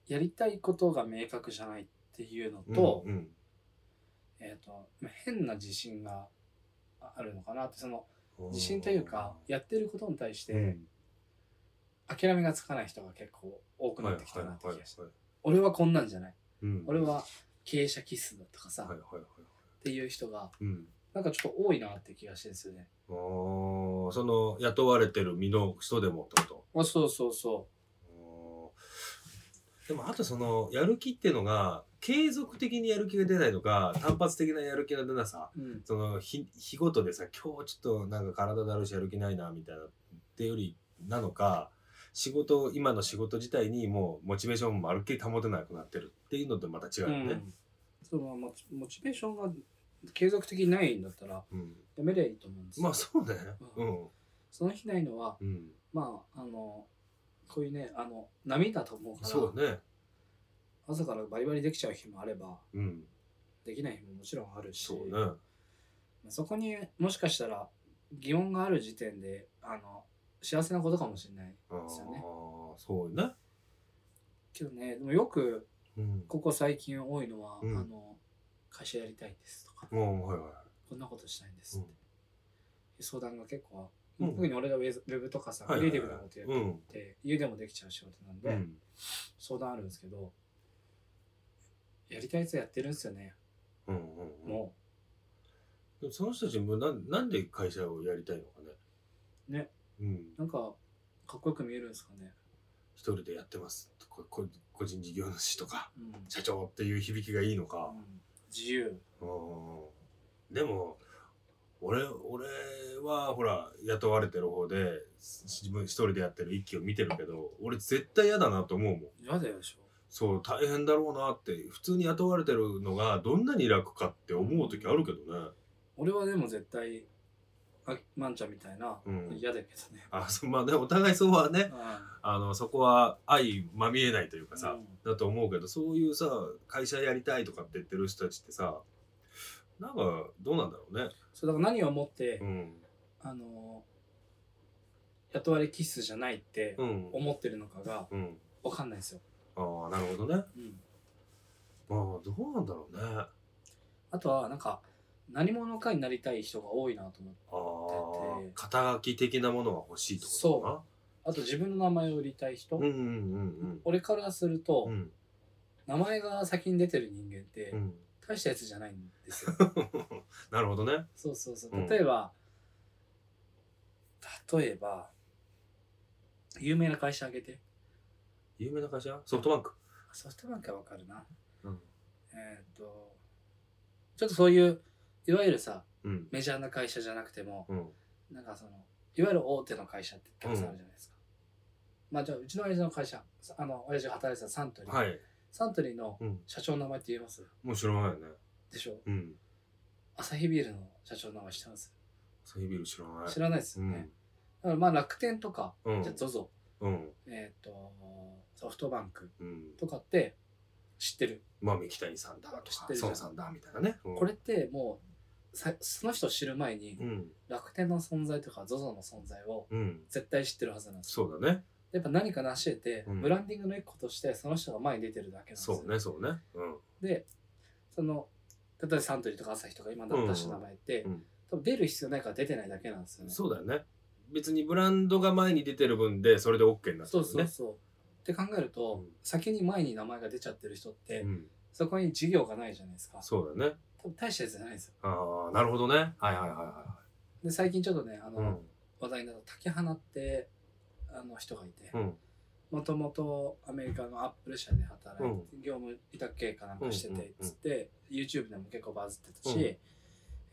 やりたいことが明確じゃないっていうのと,、うんえー、とまあ変な自信がああるのかなってそのうん自信というかやってることに対しうてん諦めがつかない人が結構多くなってきたなって気はいはいがしてはいはい俺はこんなんじゃないうん俺は経営者気質だとかさ、はいはいっはいはいていう人がうんなんかちょっと多いなって気がしてるんですよね。あーその雇われてる身の人でもってことあそうそうそでもあとそのやる気っていうのが継続的にやる気が出ないとか単発的なやる気の出なさう。うん、その日日ごとでさ今日ちょっとなんか体だるいしやる気ないなみたいなってよりなのか仕事今の仕事自体にもうモチベーションをまるっきり保てなくなってるっていうのとまた違うよね。そのモチモチベーションが継続的にないんだったらうんやめりゃいいと思うんですよまあそうね。ううん。その日ないのはうん。まああのこういうねあの波だと思うからそうね。朝からバリバリできちゃう日もあればうん。できない日ももちろんあるしそうね。そこにもしかしたら疑問がある時点であの幸せなことかもしれないああすよね、そうね。けどねでもよくうん。ここ最近多いのは、うんあの会社やりたいですとかもうはいはい。こんなことしたいんですって、うん相談が結構、うん特に俺がウェブウェブとかさ、はいはクリエいイティブはないことやっうん。て、家でもできちゃう仕事なんで、うん相談あるんですけどやりたいやつやってるんですよね、うんうんうんもでもその人たちもなんなんで会社をやりたいのかね。ね。うん。うなんかかっこよく見えるんですかね、一人でやってます。ここ個人事業主とかうん社長っていう響きがいいのかう。ん自由うん。でも俺俺はほら雇われてる方で自分一人でやってる一期を見てるけど俺絶対嫌だなと思うもん。嫌だよでしょそう大変だろうなって普通に雇われてるのがどんなに楽かって思う時あるけどね。俺はでも絶対あまんちゃんみたいな、うん嫌だけど ねあそうまあねお互いそうはねああのそこは相まみえないというかさ、うんだと思うけどそういうさ会社やりたいとかって言ってる人たちってさなんかどうなんだろうね。そうだから何をもって、うんあの雇われ気質じゃないってうん思ってるのかがうん、わかんないですよ、ああなるほどね。うんまあどうなんだろうね。ああとはなんか何者かになりたい人が多いなと思ってあだって肩書き的なものが欲しいってことかな。あと自分の名前を売りたい人、うんうん俺からすると、うんうん名前が先に出てる人間って、うん うん。大したやつじゃないんです よなるほどね。そうそうそううん例えば、例えば有名な会社あげて有名な会社ソフトバンク。ソフトバンクはわかるなうんえーっとちょっとそういういわゆるさうんメジャーな会社じゃなくてもうんなんかそのいわゆる大手の会社ってたくさんあるじゃないですか、まあじゃあうちの親父の会社さあの親父が働いてたサントリー、はい。サントリーのうん社長の名前って言えますもう知らないよね。でしょうん。アサヒビールの社長の名前知ってますサヒビール知らない。知らないですよね、だからまあ楽天とか、うん。うんじゃあ ZOZO、うん。えー、とソフトバンクうん。とかって知ってる、まあ、三木谷さんだと知っかて、るじゃん孫さんだみたいなね。うんこれってもうさその人を知る前にうん。楽天の存在とか ZOZO の存在をうん。絶対知ってるはずなんですよそうだね。やっぱ何か成し得て、うんブランディングの一個としてその人が前に出てるだけなんですよそうね、そうね。うん。でその例えばサントリーとか朝日とか今だったし名前って、うん多分出る必要ないから出てないだけなんですよねそうだよね。別にブランドが前に出てる分で、それで OK になってそるうよそうね。そうって考えるうと、ん先に前に名前が出ちゃってる人って、うん。そこに事業がないじゃないですかそうだね。多分大したやつじゃないですよああ、なるほどね。はいはいはいはで最近ちょっとねあの、いはい。話題になった竹花ってあの人がいてうん。うん。もともとアメリカのアップル社で働いて、業務委託経営かなんかしてうんうんてうんつって、YouTube でも結構バズってたうんし、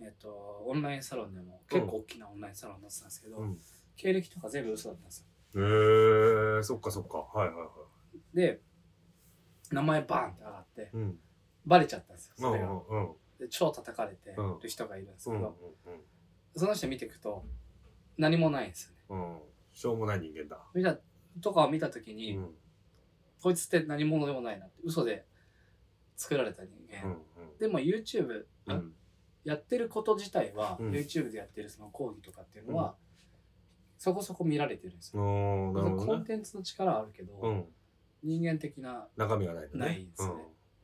えっとオンラインサロンでも結構大きなオンラインサロンになってたんですけど、うん。経歴とか全部嘘だったんですよへえ、そっかそっか。はいはいはい。で名前バーンって上がってうん。バレちゃったんですよ。うんそうれんが。うんで超叩かれてうんる人がいるんですうけんど、その人見ていくと、何もないんですよね。うんうんしょうもない人間だ。見た、とかを見たときうに、んこいつって何者でもないなって、嘘で作られた人う間。んでも YouTube、うんうんやってること自体は、うん YouTube でやってるその講義とかっていうのは、そこそこ見られてるんですよ。おーなそるのほコどンね。テンツの力はあるけど、うん人間的な中身がないんだね。ないですね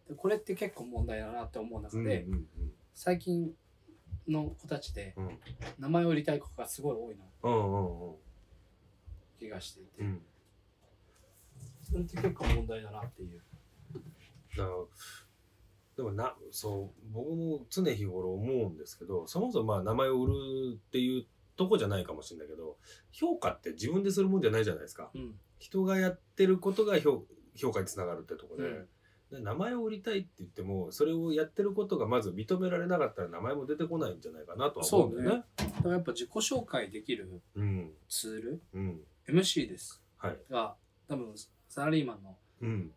でこれって結構問題だなって思うう中んで、うんうん最近の子たちでうん名前を売りたい子がすごい多いなうんうんうん気がしていて、うんそれって結構問題だなっていう。だからでもなそう僕も常日頃思うんですけどそもそもまあ名前を売るっていうとこじゃないかもしれないけど評価って自分でするもんじゃないじゃないですかうん人がやってることが評評価につながるってとこで,、うんで名前を売りたいって言ってもそれをやってることがまず認められなかったら名前も出てこないんじゃないかなとは思うんだよね。だからやっぱ自己紹介できるうんツールうん、 MC ですはい、が多分サラリーマンのうん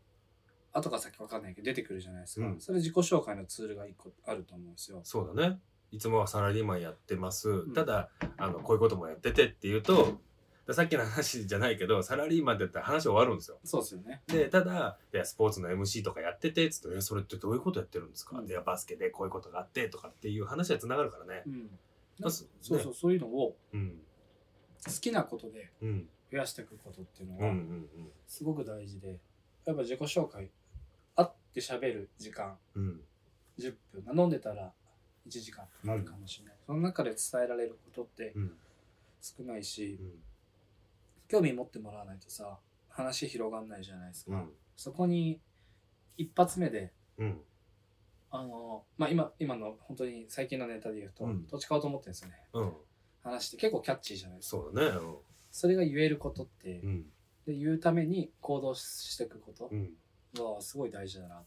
後か先か分かんないけど出てくるじゃないですか、うんそれ自己紹介のツールが1個あると思うんですよ。そうだね。いつもはサラリーマンやってます。んただ、あの、こういうこともやっててっていうと、さっきの話じゃないけど、サラリーマンって言ったら話終わるんですよ。そうですよね。で、ただ、いや、スポーツの MC とかやってて、つって、え、それってどういうことやってるんですか、うんで、バスケでこういうことがあって、とかっていう話は繋がるからね。うん、まあそうそうそう、そういうのをうん。好きなことでうん。増やしていくことっていううのん。うがん。すごく大事で、やっぱ自己紹介会って喋る時間うん。うん。 10分飲んでたら1時間とかあるかもしれない、その中で伝えられることってうん。少ないし、うん。興味持ってもらわないとさ話広がんないじゃないですか、うん。そこに一発目でうん。あのまあ今今の本当に最近のネタで言うと、うんどっち買おうと思ってるんですよねうん。話って結構キャッチーじゃないですかそうだね。それが言えることってう、ん。で言うために行動していくこうん。とはすごい大事だなと、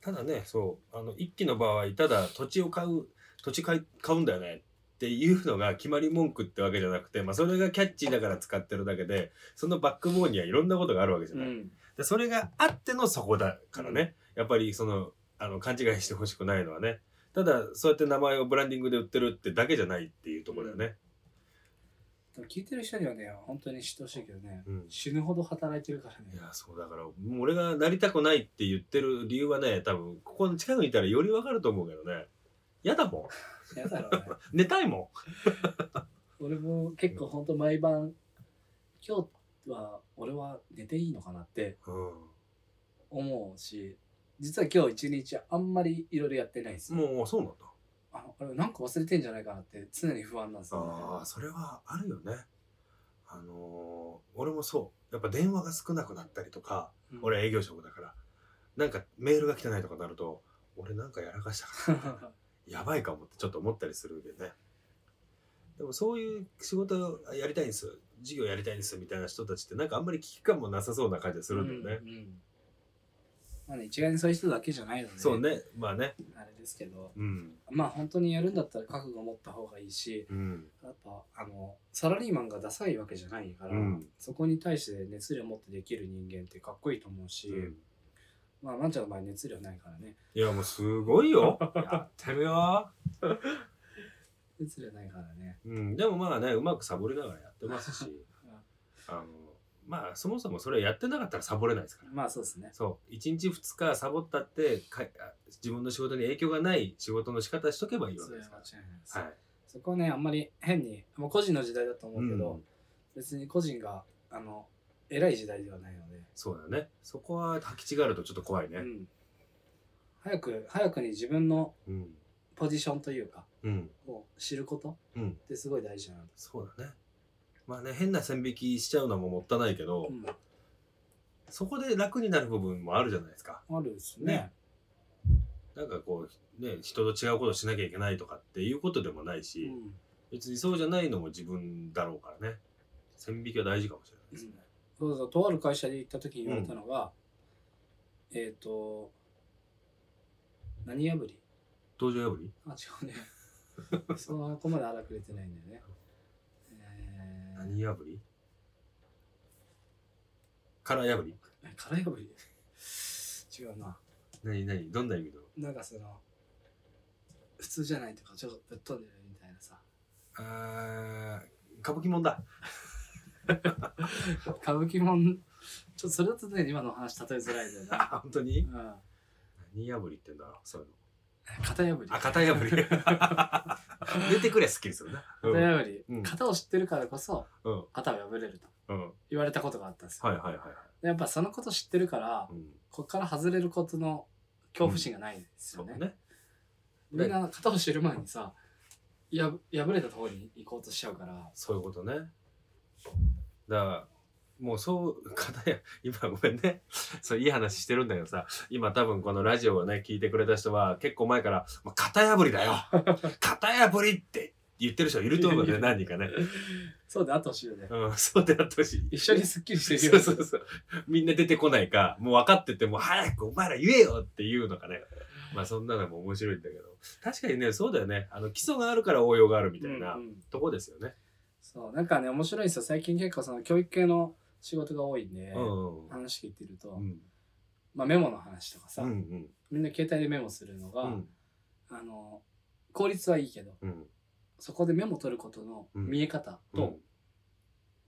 ただねそうあの一期の場合ただ土地を買う土地買い買うんだよねっていうのが決まり文句ってわけじゃなくて、まあ、それがキャッチーだから使ってるだけでそのバックボーンにはいろんなことがあるわけじゃない、でそれがあってのそこだからね、やっぱりそのあの勘違いしてほしくないのはねただそうやって名前をブランディングで売ってるってだけじゃないっていうところだよね、でも聞いてる人にはね本当に知ってほしいけどね、うん死ぬほど働いてるからいねやそうだからもう俺がなりたくないって言ってる理由はね多分ここの近くにいたらよりわかると思うけどね嫌だもやだろうね ん寝たいもん俺も結構本当毎晩今日は俺は寝ていいのかなってうん思うし実は今日一日あんまりいろいろやってないんですよ、もうそうなんだ。あのあれなんか忘れてんじゃないかなって常に不安なんですよ、ね、ああ、それはあるよね。あのー俺もそう。やっぱ電話が少なくなったりとか、うん 俺営業職だから、なんかメールが来てないとかなると、俺なんかやらかしたから、やばいかもってちょっと思ったりするけどね。でもそういう仕事やりたいんです、事業やりたいんですみたいな人たちってなんかあんまり危機感もなさそうな感じがするんだよね。うんうんまあね一概にそういう人だけじゃないのでそうね、まあね。あれですけどうん。まあ本当にやるんだったら覚悟を持った方がいいしうん。やっぱあのサラリーマンがダサいわけじゃないから、うんそこに対して熱量を持ってできる人間ってかっこいいと思うし、うんまあ、まんちゃんの場合熱量ないからね。いや、もうすごいよ。やってみよう。熱量ないからね。うん、でもまあねうまくサボりながらやってます しあのまあそもそもそれやってなかったらサボれないですからまあそうですね。そう1日2日サボったってかあ自分の仕事に影響がない仕事の仕方しとけばいいわそけれではす間か違いないです。らはい、そこはね、あんまり変に、もう個人の時代だと思うけど、うん別に個人が、あの、偉い時代ではないので、そうだねそこは履き違えるとちょっと怖いうねん早く、早くに自分のうんポジションというか、うんを知ることうんってすごい大事だなと。そうだねまあね変な線引きしちゃうのももったいないけど、うんそこで楽になる部分もあるじゃないですかあるですね。なんかこうね人と違うことしなきゃいけないとかっていうことでもないし、うん別にそうじゃないのも自分だろうからね線引きは大事かもしれないですね、そうそう、とある会社で行った時に言われたのが、えっ、と、何破り登場破りあ、違 うね。その箱まで荒くれてないんだよね。えー、何破り殻破りえ殻破り違うな。何何どんな意味のなんかその普通じゃないとかちょっとぶっ飛んでるみたいなさあー歌舞伎もんだ。歌舞伎もんちょっとそれだとね今の話例えづらいんだよ な、 本当にうん、何破りってんだろうそういうの。型破りあ、型破 り。出てくれ、スッキリするな。型破り、うん型を知ってるからこそうん。型を破れるとうん。はい言われたことがあったんですよ、はいはいはい。でやっぱそのこと知ってるからうん。こっから外れることの恐怖心がないんですよね,、ね。みんな型を知る前にさや破れたところに行こうとしちゃうからそういうことね。だから、もうそう、片や、 今ごめんね。そう、いい話してるんだけどさ、今多分このラジオをね、聞いてくれた人は、結構前から、まあ、型破りだよ 型破りって言ってる人いると思うよね、何人かね。そうであってほしいよねうん、そうであってほしい。一緒にスッキリしてるよそうそうそう。みんな出てこないか、もう分かってても、早くお前ら言えよっていうのがね。まあそんなのも面白いんだけど。確かにね、そうだよね。あの、基礎があるから応用があるみたいなうんうんとこですよね。そうなんかね面白いんですよ最近結構その教育系の仕事が多いんで、うん。うん話聞いてると、うん。まあ、メモの話とかさ、うんうん。みんな携帯でメモするのが、うん。あの効率はいいけどうん。そこでメモ取ることの見え方と、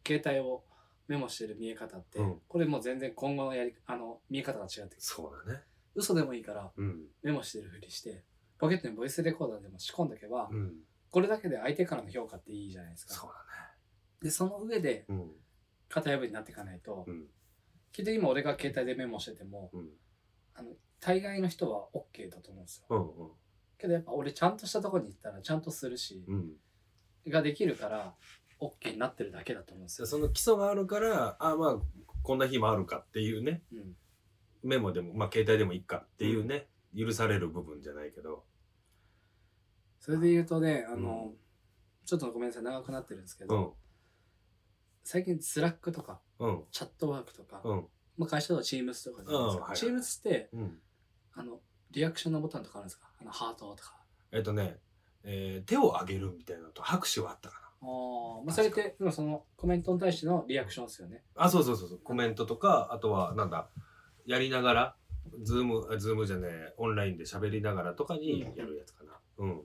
携帯をメモしてる見え方って、うんこれもう全然今後のやりあの見え方が違ってくるそうだね。嘘でもいいからうん。メモしてるふりしてポケットにボイスレコーダーでも仕込んどけば、うん。これだけで相手からの評価っていいじゃないですかそうでその上でだね。型破りになっていかないと、うん。うん。きっと今俺が携帯でメモしててもうん。大概の人は OK だと思うんですようん。けどやっぱ俺ちゃんとしたとこに行ったらちゃんとするしう、ん。ができるから OK になってるだけだと思うんですよ、その基礎があるから、あまあ、こんな日もあるかっていうね。うん、メモでも、まあ携帯でもいいかっていうね。許される部分じゃないけど。それで言うとねあうの、ちょっとごめんなさい長くなってるんですけうど、ん。最近スラックとかうん。チャットワークとか、うん。まあ、会社だと Teams とかじゃないでうすか、んはい Teams ってうん。あのリアクションのボタンとかあるんですかあのハートとかえっとね、えー手を挙げるみたいなのと拍手はあったかあー、まあ、それってでもそのコメントに対してのリアクションですよねな。あ、そうそうそうそう。コメントとか、あとはなんだ、やりながら、ズーム、あズームじゃねえ、オンラインで喋りながらとかにやるやつかな。うん。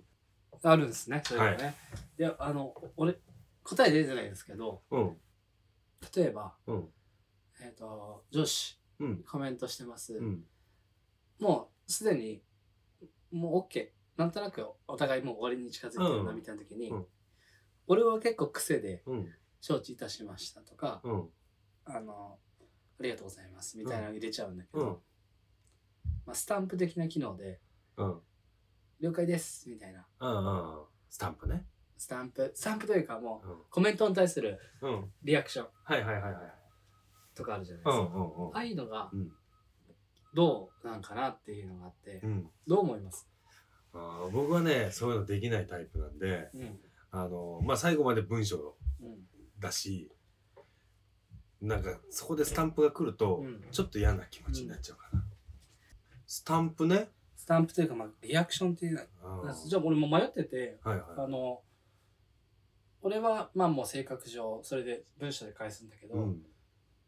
あるんですねそれがね、であの俺答え出てないんですけどうん。例えば、うんえっ、と上司うん。コメントしてます、うん。もうすでにもう OK なんとなくお互いもう終わりに近づいてるなうんみたいな時に、うん俺は結構癖でうん。承知いたしましたとか、うん。あのありがとうございますみたいなの入れちゃうんだけうど、ん。まあ、スタンプ的な機能でうん。了解ですみたいなうん。うん。スタンプね。スタンプスタンプというかもううん。コメントに対するうん。リアクションはいはいはいはい。とかあるじゃないうでんすうか、んうんああいうのがうん。どうなんかなっていうのがあって、うん。どう思います、あー僕はね、そういうのできないタイプなんで、うんあの、まあ、最後まで文章うんだし、なんか、そこでスタンプが来ると、うん、ちょっと嫌な気持ちになっちゃうかな。スタンプね。スタンプというか、まあ、リアクションっていうのはうんじゃあ俺も迷っててはいあはの俺はまあもう性格上それで文章で返すんだけい。ど、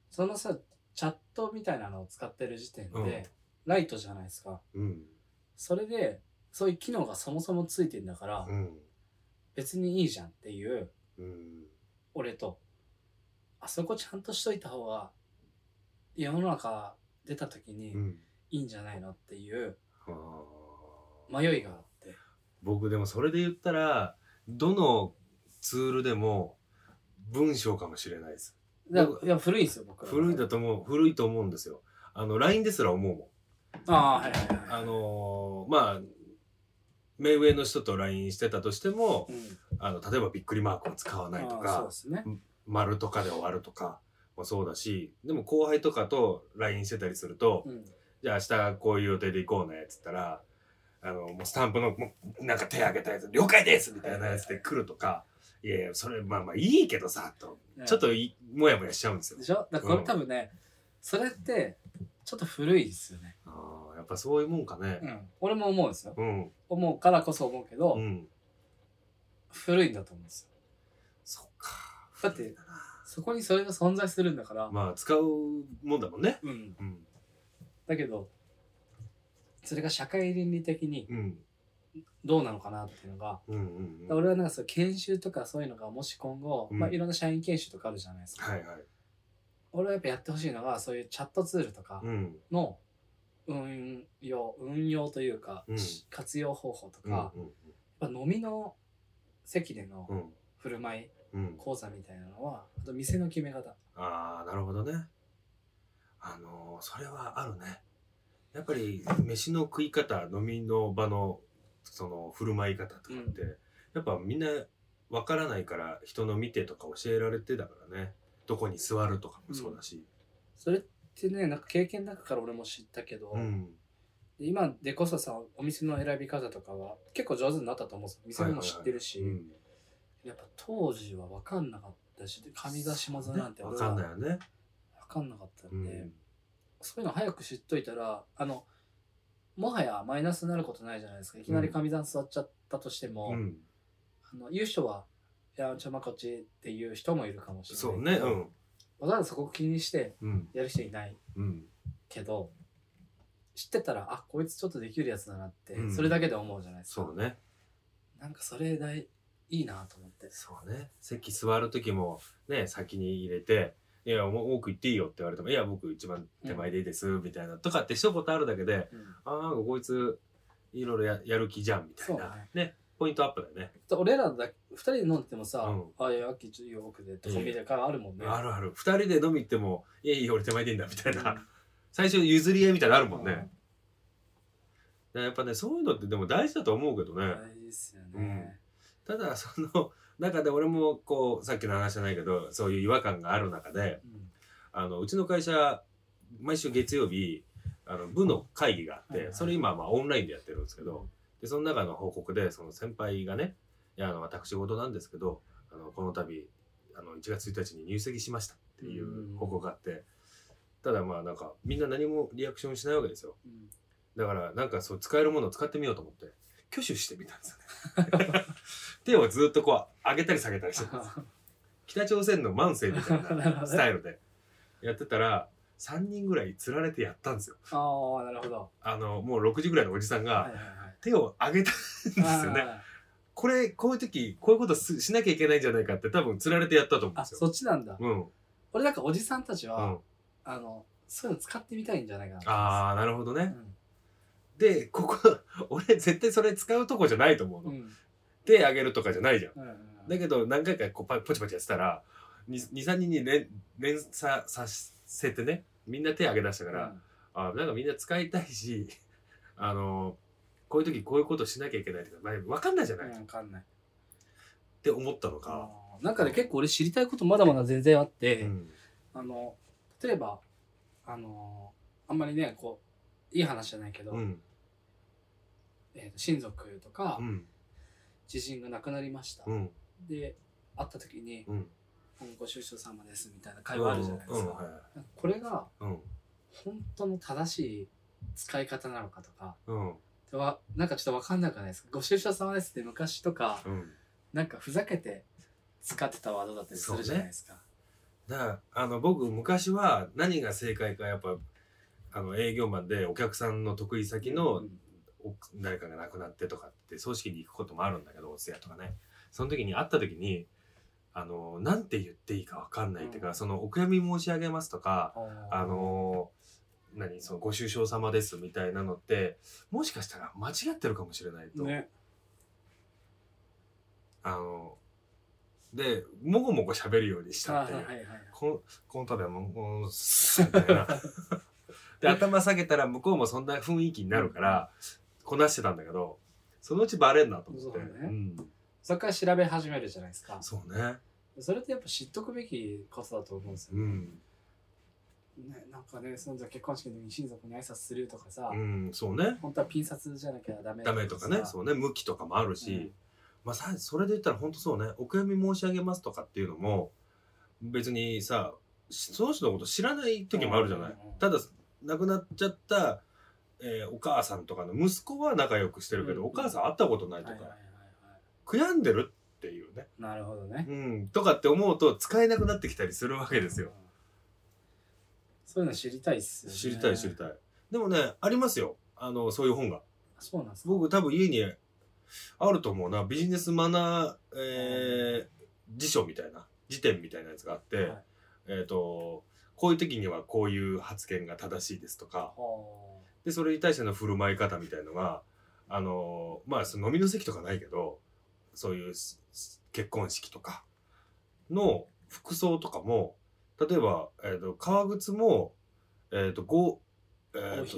そのさチャットみたいなのを使ってる時点で、うんライトじゃないですかうん。それでそういう機能がそもそもついてんだから、うん。別にいいじゃんっていううん。俺とあそこちゃんとしといた方が世の中出た時うにん。いいんじゃないのっていうあー迷いがあって、僕でもそれで言ったら、どのツールでも文章かもしれないです。だからいや古いんですよ僕ら古いんだと思う、古いと思うんですよ。あの、LINE ですら思うもん。ああはいはいはいあのーまあ、目上の人と LINE してたとしても、うんあの、例えばびっくりマークを使わないとああそうかで、すね丸とかで終わるとかもそうだし、でも後輩とかと LINE してたりすると、うんじゃあ明日こういう予定で行こうね、っつったら、あの、もうスタンプの、もうなんか手挙げたやつ、了解ですみたいなやつで来るとか、いやいや、それまあまあいいけどさ、と、ねちょっといもやもやしちゃうんですよで。しょだからこうれん多分ね、それってちょっと古いですよね、ああ、やっぱそういうもんかねう。ん、俺も思うんですようん。思うからこそ思うけど、うん。古いんだと思うんですよそっか。だってそこにそれが存在するんだから、まあ、使うもんだもんね。うん、うん。だけどそれが社会倫理的にうんどうなのかなっていうのが、うんうんうん俺はなんかそう研修とかそういうのがもし今後、うんまあ、いろんな社員研修とかあるじゃないですか、はいはい俺はやっぱやってほしいのがそういうチャットツールとかうんの運用運用というか、うんし活用方法とうんか、やっぱ飲みの席でのうんうん振る舞いうん講座みたいなのはあと店の決め方ああなるほどねあのーそれはあるねやっぱり飯の食い方飲みの場のその振る舞い方とかって、やっぱみんなわからないから人の見てとか教えられてだからねどこに座るとかもそうだしそれってねなんか経験の中から俺も知ったけど、うん、今でこそさお店の選び方とかは結構上手になったと思うんですよ店も知ってるし、はいはいはいやっぱ当時は分かんなかったし髪だしも座なんてねわ俺かはん分ないよね、かんなかったうんんで、そういうの早く知っといたらあのもはやマイナスになることないじゃないですかいきなり神座に座っちゃったとしても、うん、あの言う人はいやちょまこっちっていう人もいるかもしれないそうねうわんざわざそこ気にしてうんやる人いないうんけど知ってたらあこいつちょっとできるやつだなって、うんそれだけで思うじゃないですかそうねなんかそれだいいいなと思ってそうね席座る時もね先に入れて「いやもう多く行っていいよ」って言われても「いや僕一番手前でいいです」みたいなとかって一言あるだけでうん「ああなんかこいついろいろややる気じゃん」みたいそうなねねポイントアップだよね、俺らだけ2人で飲んでてもさうん「あいや秋ちょっとよくで」ってコンビニでからあるもんねあるある二人で飲み行っても「いやいや俺手前でいいんだ」みたいな、う最初譲り合いみたいなのあるもんんね、やっぱねそういうのってでも大事だと思うけどね、うん大事ですよねただその中で俺もこうさっきの話じゃないけどそういう違和感がある中で、うんあのうちの会社毎週月曜日あの部の会議があって、はいはいそれ今まあオンラインでやってるんですけど、でその中の報告でその先輩がね「いやあの私事なんですけどあのこの度あの1月1日に入籍しました」っていう報告があって、ただまあなんかみんな何もリアクションしないわけですようんだからなんかそう使えるものを使ってみようと思って挙手してみたんですよね 手をずっとこう上げたり下げたりしてたんです北朝鮮の万 世みたいなスタイルでやってたら3人ぐらい釣られてやったんですよああなるほどあのもう6時ぐらいのおじさんはいがはいはい手を上げたんですよねあこれこういう時こういうことすしなきゃいけないんじゃないかって多分釣られてやったと思うんーであすよそっちなんだうん、うん、俺なんかおじさんたちはああのそういうの使ってみたいんじゃないかなああーなるほどうねんでこ こ俺絶対それ使うとこじゃないと思ううの、ん手上げるとかじゃないじゃんうんうんだけど何回かこうパポチポチやってたら23人に連連鎖させてねみんな手上げ出したから、あなんかみんな使いたいし あのこういう時こういうことしなきゃいけないとか、まあ、分かんないじゃうない、んっわかんないて思ったのか、あーなんかね結構俺知りたいことまだまだ全然あって、うんあの例えばあのあんまりねこういい話じゃないけど、うんえーと親族とかうん知人が亡くなりました、うんで会った時にうん「ご愁傷様です」みたいな会話あるじゃないですうか、んはいなんかこれがうん本当の正しい使い方なのかとかうんはなんかちょっと分かんなくないですか「ご愁傷様です」って昔とかうんなんかふざけて使ってたワードだったりするじゃないですか、だからあの僕昔は何が正解かやっぱあの営業マンでお客さんの得意先のうんお誰かが亡くなってとかって葬式に行くこともあるんだけどお通夜とかねその時に会った時にあのなんて言っていいか分かんないっていうか、うんそのお悔やみ申し上げますとかーあのー何そのご愁傷様ですみたいなのってもしかしたら間違ってるかもしれないと、ねあのーでもごもご喋るようにしたっあてーいう、はいはいはいこのこの度はもうすみたい なで頭下げたら向こうもそんな雰囲気になるからこなしてたんだけどそのうちバレんなと思ってそうだねんそこから調べ始めるじゃないですかそうねそれってやっぱ知っとくべきことだと思うんですようね。ん、ねなんかね、その結婚式の時に親族に挨拶するとかさ、うん、そうね本当はピン札じゃなきゃダメダメとかねさそうね向きとかもあるし、まあ、さそれで言ったら本当そうねお悔やみ申し上げますとかっていうのも別にさしその人のこと知らない時もあるじゃない、うんうんうんただ亡くなっちゃった、えーお母さんとかの息子は仲良くしてるけど、うんお母さん会ったことなういんとはか、いはいはいはい悔やんでるっていうね、なるほどね。うん、とかって思うと使えなくなってきたりするわけですよ、うん。そういうの知りたいっすよね。知りたい知りい。たいでもねありますよああのそういう本がそうなんですか僕多分家にあると思うなビジネスマナー、えー辞書みたいな辞典みたいなやつがあって、はいえっ、とこういう時にはこういう発言が正しいですとかはでそれに対しての振る舞い方みたいのがあのまあその飲みの席とかないけどそういうすす結婚式とかの服装とかも例えば、えー、と革靴も、えー、と合、えーと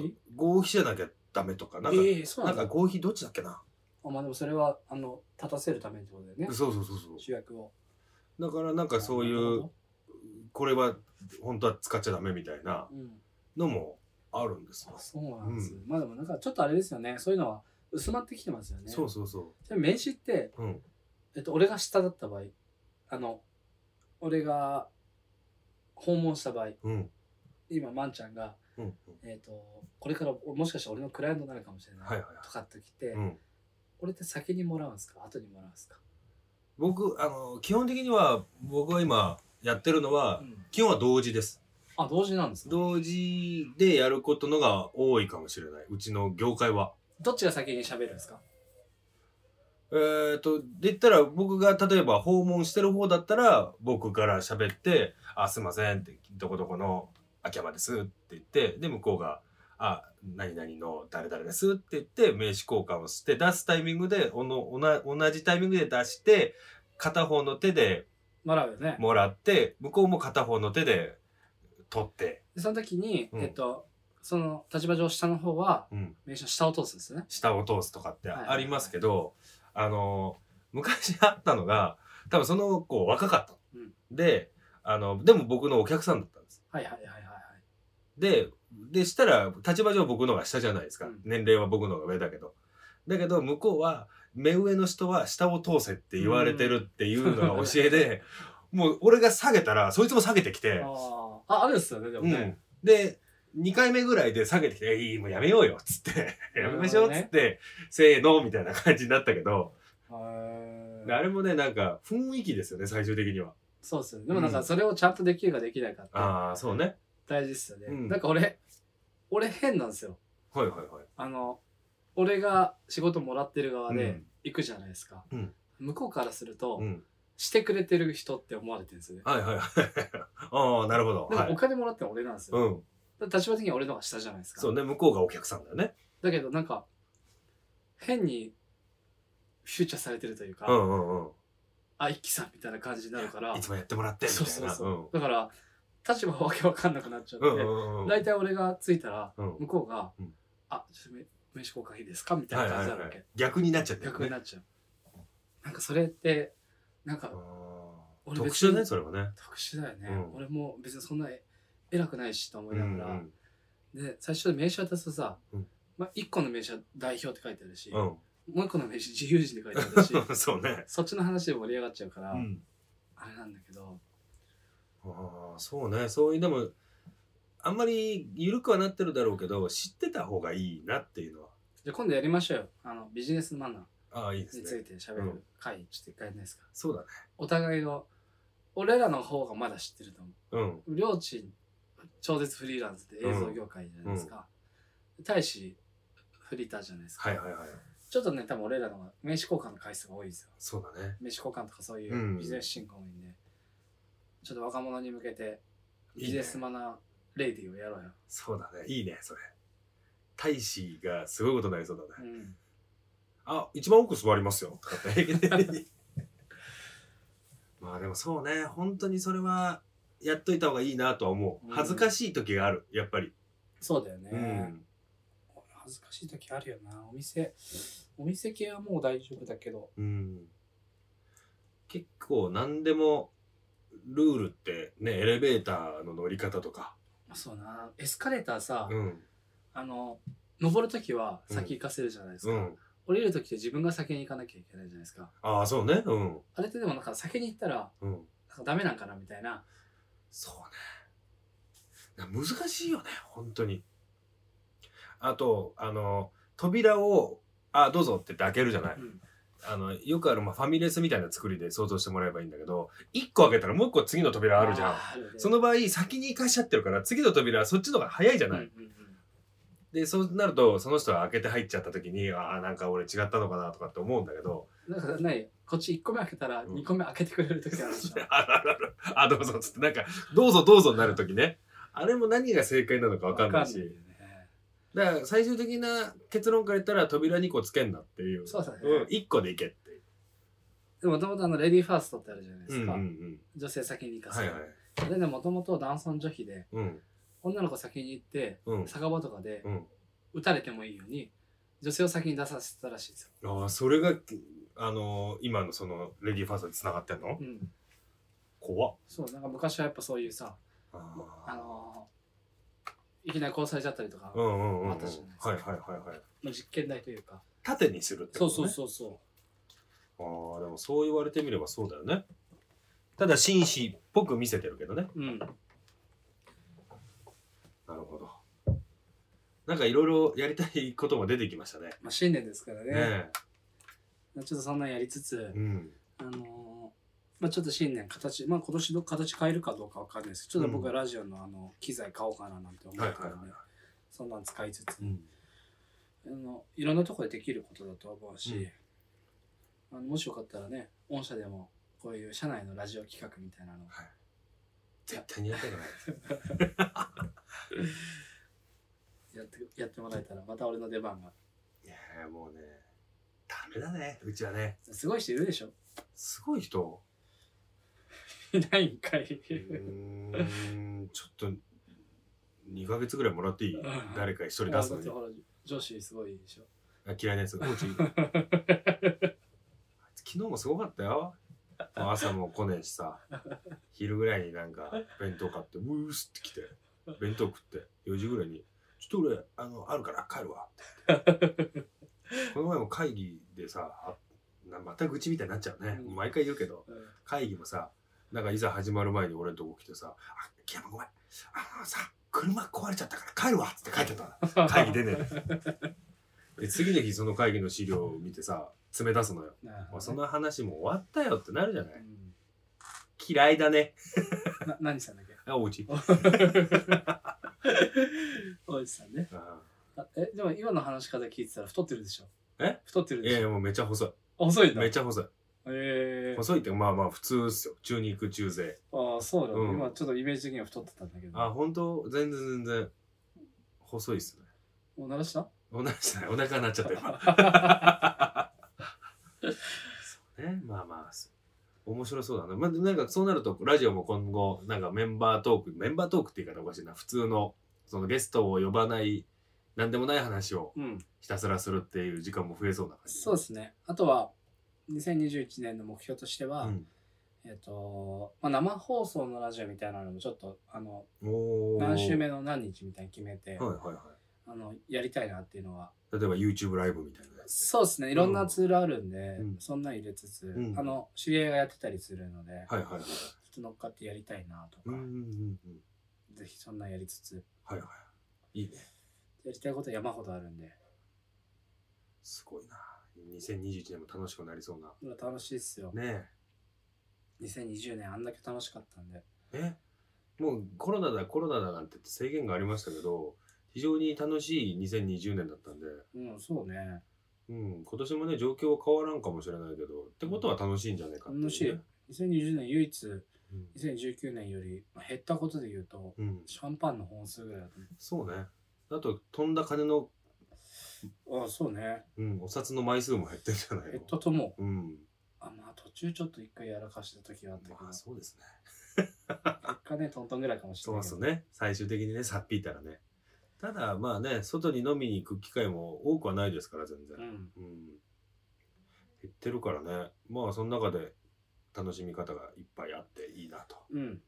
合合皮皮じゃなきゃダメとかあなんか、ええそうななんんでかすか合皮どっちだっけなあまあでもそれはあの立たせるためってことだよねそうそうそうそ主役をうだからなんかそういうこれは本当は使っちゃダメみたいなうんのもあるんですよあ、そうなんです、うまあでもなんかちょっとあれですよねそういうのは薄まってきてますよねそうそうそでも名刺って、ううんえっと、俺が下だった場合あの俺が訪問した場合うん今まんちゃんが、うんえっとこれからもしかしたら俺のクライアントになるかもしれない、はいはいはいとかってきて、うん俺って先にもらうんですか後にもらうんですか、僕あの基本的には僕は今やってるのは、基本は同時ですあ同時なんですか同時でやることのが多いかもしれないうちの業界はどっちが先に喋るんですかえっ、とで言ったら僕が例えば訪問してる方だったら僕から喋って「あすいません」って「どこどこの秋葉です」って言ってで向こうが「あ何々の誰々です」って言って名刺交換をして出すタイミングでおのおな同じタイミングで出して片方の手でもらうよねもらって向こうも片方の手で取って、でその時に、うんえっとその立場上下の方はうん、名刺の下を通すんですね下を通すとかってはいはいありますけど、あの昔あったのが多分その子若かった、うんであのでも僕のお客さんだったんですはいはいはいはいはいででしたら立場上僕のが下じゃないですか、うん年齢は僕のが上だけどだけど向こうは目上の人は下を通せって言われてるっていうのが教え で、もう俺が下げたらそいつも下げてきて、あーああるっすよねでもうね、ん、で2回目ぐらいで下げてきて「いいもうやめようよ」っつって「やめましょう」っつって、せーのみたいな感じになったけどへーあれもねなんか雰囲気ですよね最終的にはそうっすよねでもなんかそれをちゃんとできるかできないかってああそうね大事っすよね、うんなんか俺俺変なんですよはいはいはいあの俺が仕事もらってる側うでん行くじゃないですか、うん向こうからすると、うんしてくれてる人って思われてるんですよねはいはいはい ああなるほどでもはおい金もらっても俺なんですよ、うんだから立場的には俺の方が下じゃないですかそうね向こうがお客さんだよねだけどなんか変にフューチャーされてるというか、うんうんうんあ一輝さんみたいな感じになるからいつもやってもらってみたそういそうなそうう、だから立場わけわかんなくなっちゃって、んうんうんうん大体俺が着いたらうん向こうが「うんあちょっと名名刺交換いいですか?」みたはいいなはい感じになるはわけ、い逆になっちゃってる逆にねなっちゃう、なんかそれってなんかあー俺特別に殊だねそれもね特殊だよね、うん俺も別にそんなえ偉くないしと思いながら、うんで最初名刺渡すとさ、うんまあ、1個の名刺は代表って書いてあるし、うもんう1個の名刺自由人って書いてあるしうん そうね そっちの話で盛り上がっちゃうから、うんあれなんだけどああそうねそういうでもあんまり緩くはなってるだろうけど知ってた方がいいなっていうのはじゃあ今度やりましょうよあのビジネスマナああいいでーにすつねいて喋うるん回、ちょっと一回やんないですかそうだねお互いの俺らの方がまだ知ってると思ううん両親超絶フリーランスで映像業界じゃないですか、大使フリーターじゃないですか、はいはいはいちょっとね多分俺らの方が名刺交換の回数が多いんですよそうだね名刺交換とかそういうんうビジネス進行多いんで、ちょっと若者に向けていいねビジネスマナーレディーをやろうよ、そうだねいいねそれ大使がすごいことになりそうだね、うん、あ一番奥座りますよとかって 平気でまあでもそうね本当にそれはやっといた方がいいなとは思うんう恥ずかしい時があるやっぱり、そうだよね、うん恥ずかしい時あるよなお店お店系はもう大丈夫だけどうん、結構何でもルールってねエレベーターの乗り方とか、そうなエスカレーターさ、うんあの登る時は先行かせるじゃないですうか、ん、降りる時って自分が先に行かなきゃいけないじゃないですかああそうねうん、あれってでもなんか先に行ったらうん、なんかダメなんかなみたいなそうねな難しいよね本当にあとあの扉を「あどうぞ」って言って開けるじゃない、うんあのよくある、まあ、ファミレスみたいな作りで想像してもらえばいいんだけど1個開けたらもう1個次の扉あるじゃんーあるねその場合先に行かしちゃってるから次の扉はそっちの方が早いじゃうんなうい、んうんでそうなるとその人が開けて入っちゃった時にああなんか俺違ったのかなとかって思うんだけどなんかないこっち1個目開けたらうん2個目開けてくれる時あるじゃん、あらららあどうぞっつってなんかどうぞどうぞになる時ねあれも何が正解なの か分かんないしわよねだから最終的な結論から言ったら扉2個つけんなっていうそうだねん、1個でいけっていうでもともとあのレディーファーストってあるじゃないでうんすうんか、うん女性先に行かせはいる、はいそれでもともと男尊女卑でうん女の子先に行ってうん酒場とかでうん撃たれてもいいように女性を先に出させてたらしいですよ、ああそれがあのー今のそのレディーファーストに繋がってんのうん、怖っそうなんか昔はやっぱそういうさああのーいきなり殺されちゃったりとか、ーうんうんうんうんはいあったはいじゃないですかはいはいまあ、実験台というか縦にするってこそうとそうねそうそああでもそう言われてみればそうだよねただ紳士っぽく見せてるけどねううんなるほどなんかいろいろやりたいことも出てきましたねまあ、新年ですからねねちょっとそんなんやりつつ、えうんあのーまあ、ちょっと新年形、まあ、今年の形変えるかどうかわかんないですけどちょっと僕はラジオのあの機材買おうかななんて思ってたはいのはいでそんなん使いつつ、うんあのいろんなところでできることだと思うし、あのもしよかったらね御社でもこういう社内のラジオ企画みたいなの絶対にやりたくないやってやってもらえたらまた俺の出番がいやーもうねダメだねうちはねすごい人いるでしょ すごい 人いないんかいうーんちょっと2ヶ月ぐらいもらっていいん 誰か一人あ出すだのっにてほら女子すごいでしょ あ嫌いなやつが昨日もすごかったよもう朝も来ねえしさ昼ぐらいになんか弁当買ってムースって来て弁当食って4時ぐらいに「ちょっと俺あのあるから帰るわ」って言ってこの前も会議でさあなまた愚痴みたいになっちゃうね、うん毎回言うけどうん会議もさなんかいざ始まる前に俺のとこ来てさ「あ木山ごめんあのさ車壊れちゃったから帰るわ」っつって帰ってたの会議出ねえ で次の日その会議の資料を見てさ詰め出すのよ、 なるまほどねあ、その話も終わったよってなるじゃなういん嫌いだねな何したん だっけあおうちおじさんね。ああえ、でも今の話し方聞いてたら太ってるでしょえ太ってるーいでやいしょやもうめちゃ細いあ細いんだ。めちゃ細いええ細いってまあまあ普通っすよ中肉中背ああ、そうだ、うん今ちょっとイメージ的には太ってたんだけど。あ本当全然全然細いっすねもう鳴 らしたお腹じゃないお腹になっちゃ った今そうねまあまあ面白そうだな、まあ、なんかそうなるとラジオも今後なんかメンバートークメンバートークって言い方おかしいな普通のそのゲストを呼ばない何でもない話をうん。ひたすらするっていう時間も増えそうな感じそうですね。あとは、2021年の目標としては、うんえっ、と、まあ、生放送のラジオみたいなのもちょっと、あの、おー何週目の何日みたいに決めはて、いはいはあの、やりたいなっていうのは、い例えば YouTube ライブみたいなやつそうですね。いろんなツールあるんで、うんそんなん入れつつ、うんあの、知り合いがやってたりするので、はいはいはいちょっと乗っかってやりたいなとか、うんうんうんうんぜひそんなんやりつつ、はいはいいいねやりたいこと山ほどあるんで、すごいな2021年も楽しくなりそうなまあ楽しいっすよ。ねえ2020年あんだけ楽しかったんで、えもうコロナだコロナだなんて制限がありましたけど非常に楽しい2020年だったんで、うん、そうね。うん、今年もね状況は変わらんかもしれないけどってことは楽しいんじゃないかっていうね、楽しい2020年唯一、うん2019年よりまあ減ったことで言うと、うん、シャンパンの本数ぐらいだとそうねあと飛んだ金の、思う。ああ、そうね。うん、お札の枚数も減ってるじゃないの減ったとも、うんあ、まあ途中ちょっと一回やらかした時があったけど、まあそうですね結果ね、トントンぐらいかもしれそうないでけど。すね最終的にねさっぴいたらねただまあね外に飲みに行く機会も多くはないですから全然、うん。うん、減ってるからねまあその中で楽しみ方がいっぱいあっていいなと、うん。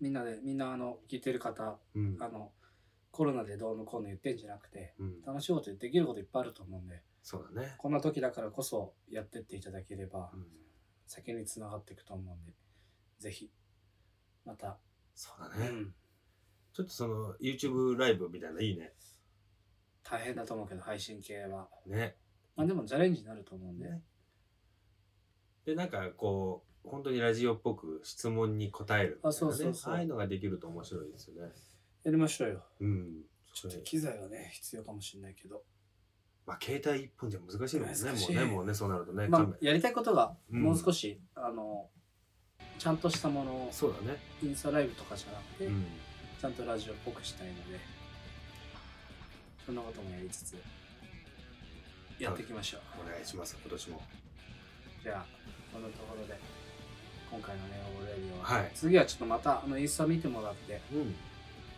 みんなで、みんなあの、聞いてる方、うんあの、コロナでどうのこうの言ってんじゃなくて、うん、楽しいことできることいっぱいあると思うんで、そうだね、こんな時だからこそやってっていただければうん、先につながっていくと思うんで、ぜひ、また、そうだうね、ん、ちょっとその YouTube ライブみたいないいね大変だと思うけど、配信系は。ねまあでもチャレンジになると思うんで、ねでなんかこう本当にラジオっぽく質問に答えるみたいな、ね、あそうそうそうああいうのができると面白いですよねやりましょうよ。うんちょっと機材はね、必要かもしれないけど。まあ、携帯一本じゃ難しいのもんね、難しもいうね、もうね、そうなるとね、まカあメ、やりたいことが、うんもう少し、あの、ちゃんとしたものを、そうだね。インスタライブとかじゃなくて、うん。ちゃんとラジオっぽくしたいので、そんなこともやりつつ、やっていきましょう。お願いします、今年も。じゃあ、このところで、今回のね、オールレディオは、はい。次はちょっとまた、あの、インスタ見てもらって、うん。よ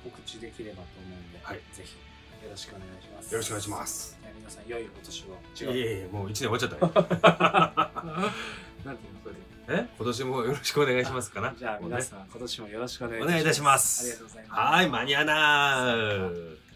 告知できればと思うんで、はいぜひ、よろしくお願いします。ろしくお願いします。じゃあ皆さん、良いおい年を。やい違う。やいやもう一年終わっちゃったよ。なんていうのそれで え今年もよろしくお願いしますか な。じゃあもうね皆さん、今年もよろしくお願いお願いいたしますありがとうございます。はーい、間に合わなー。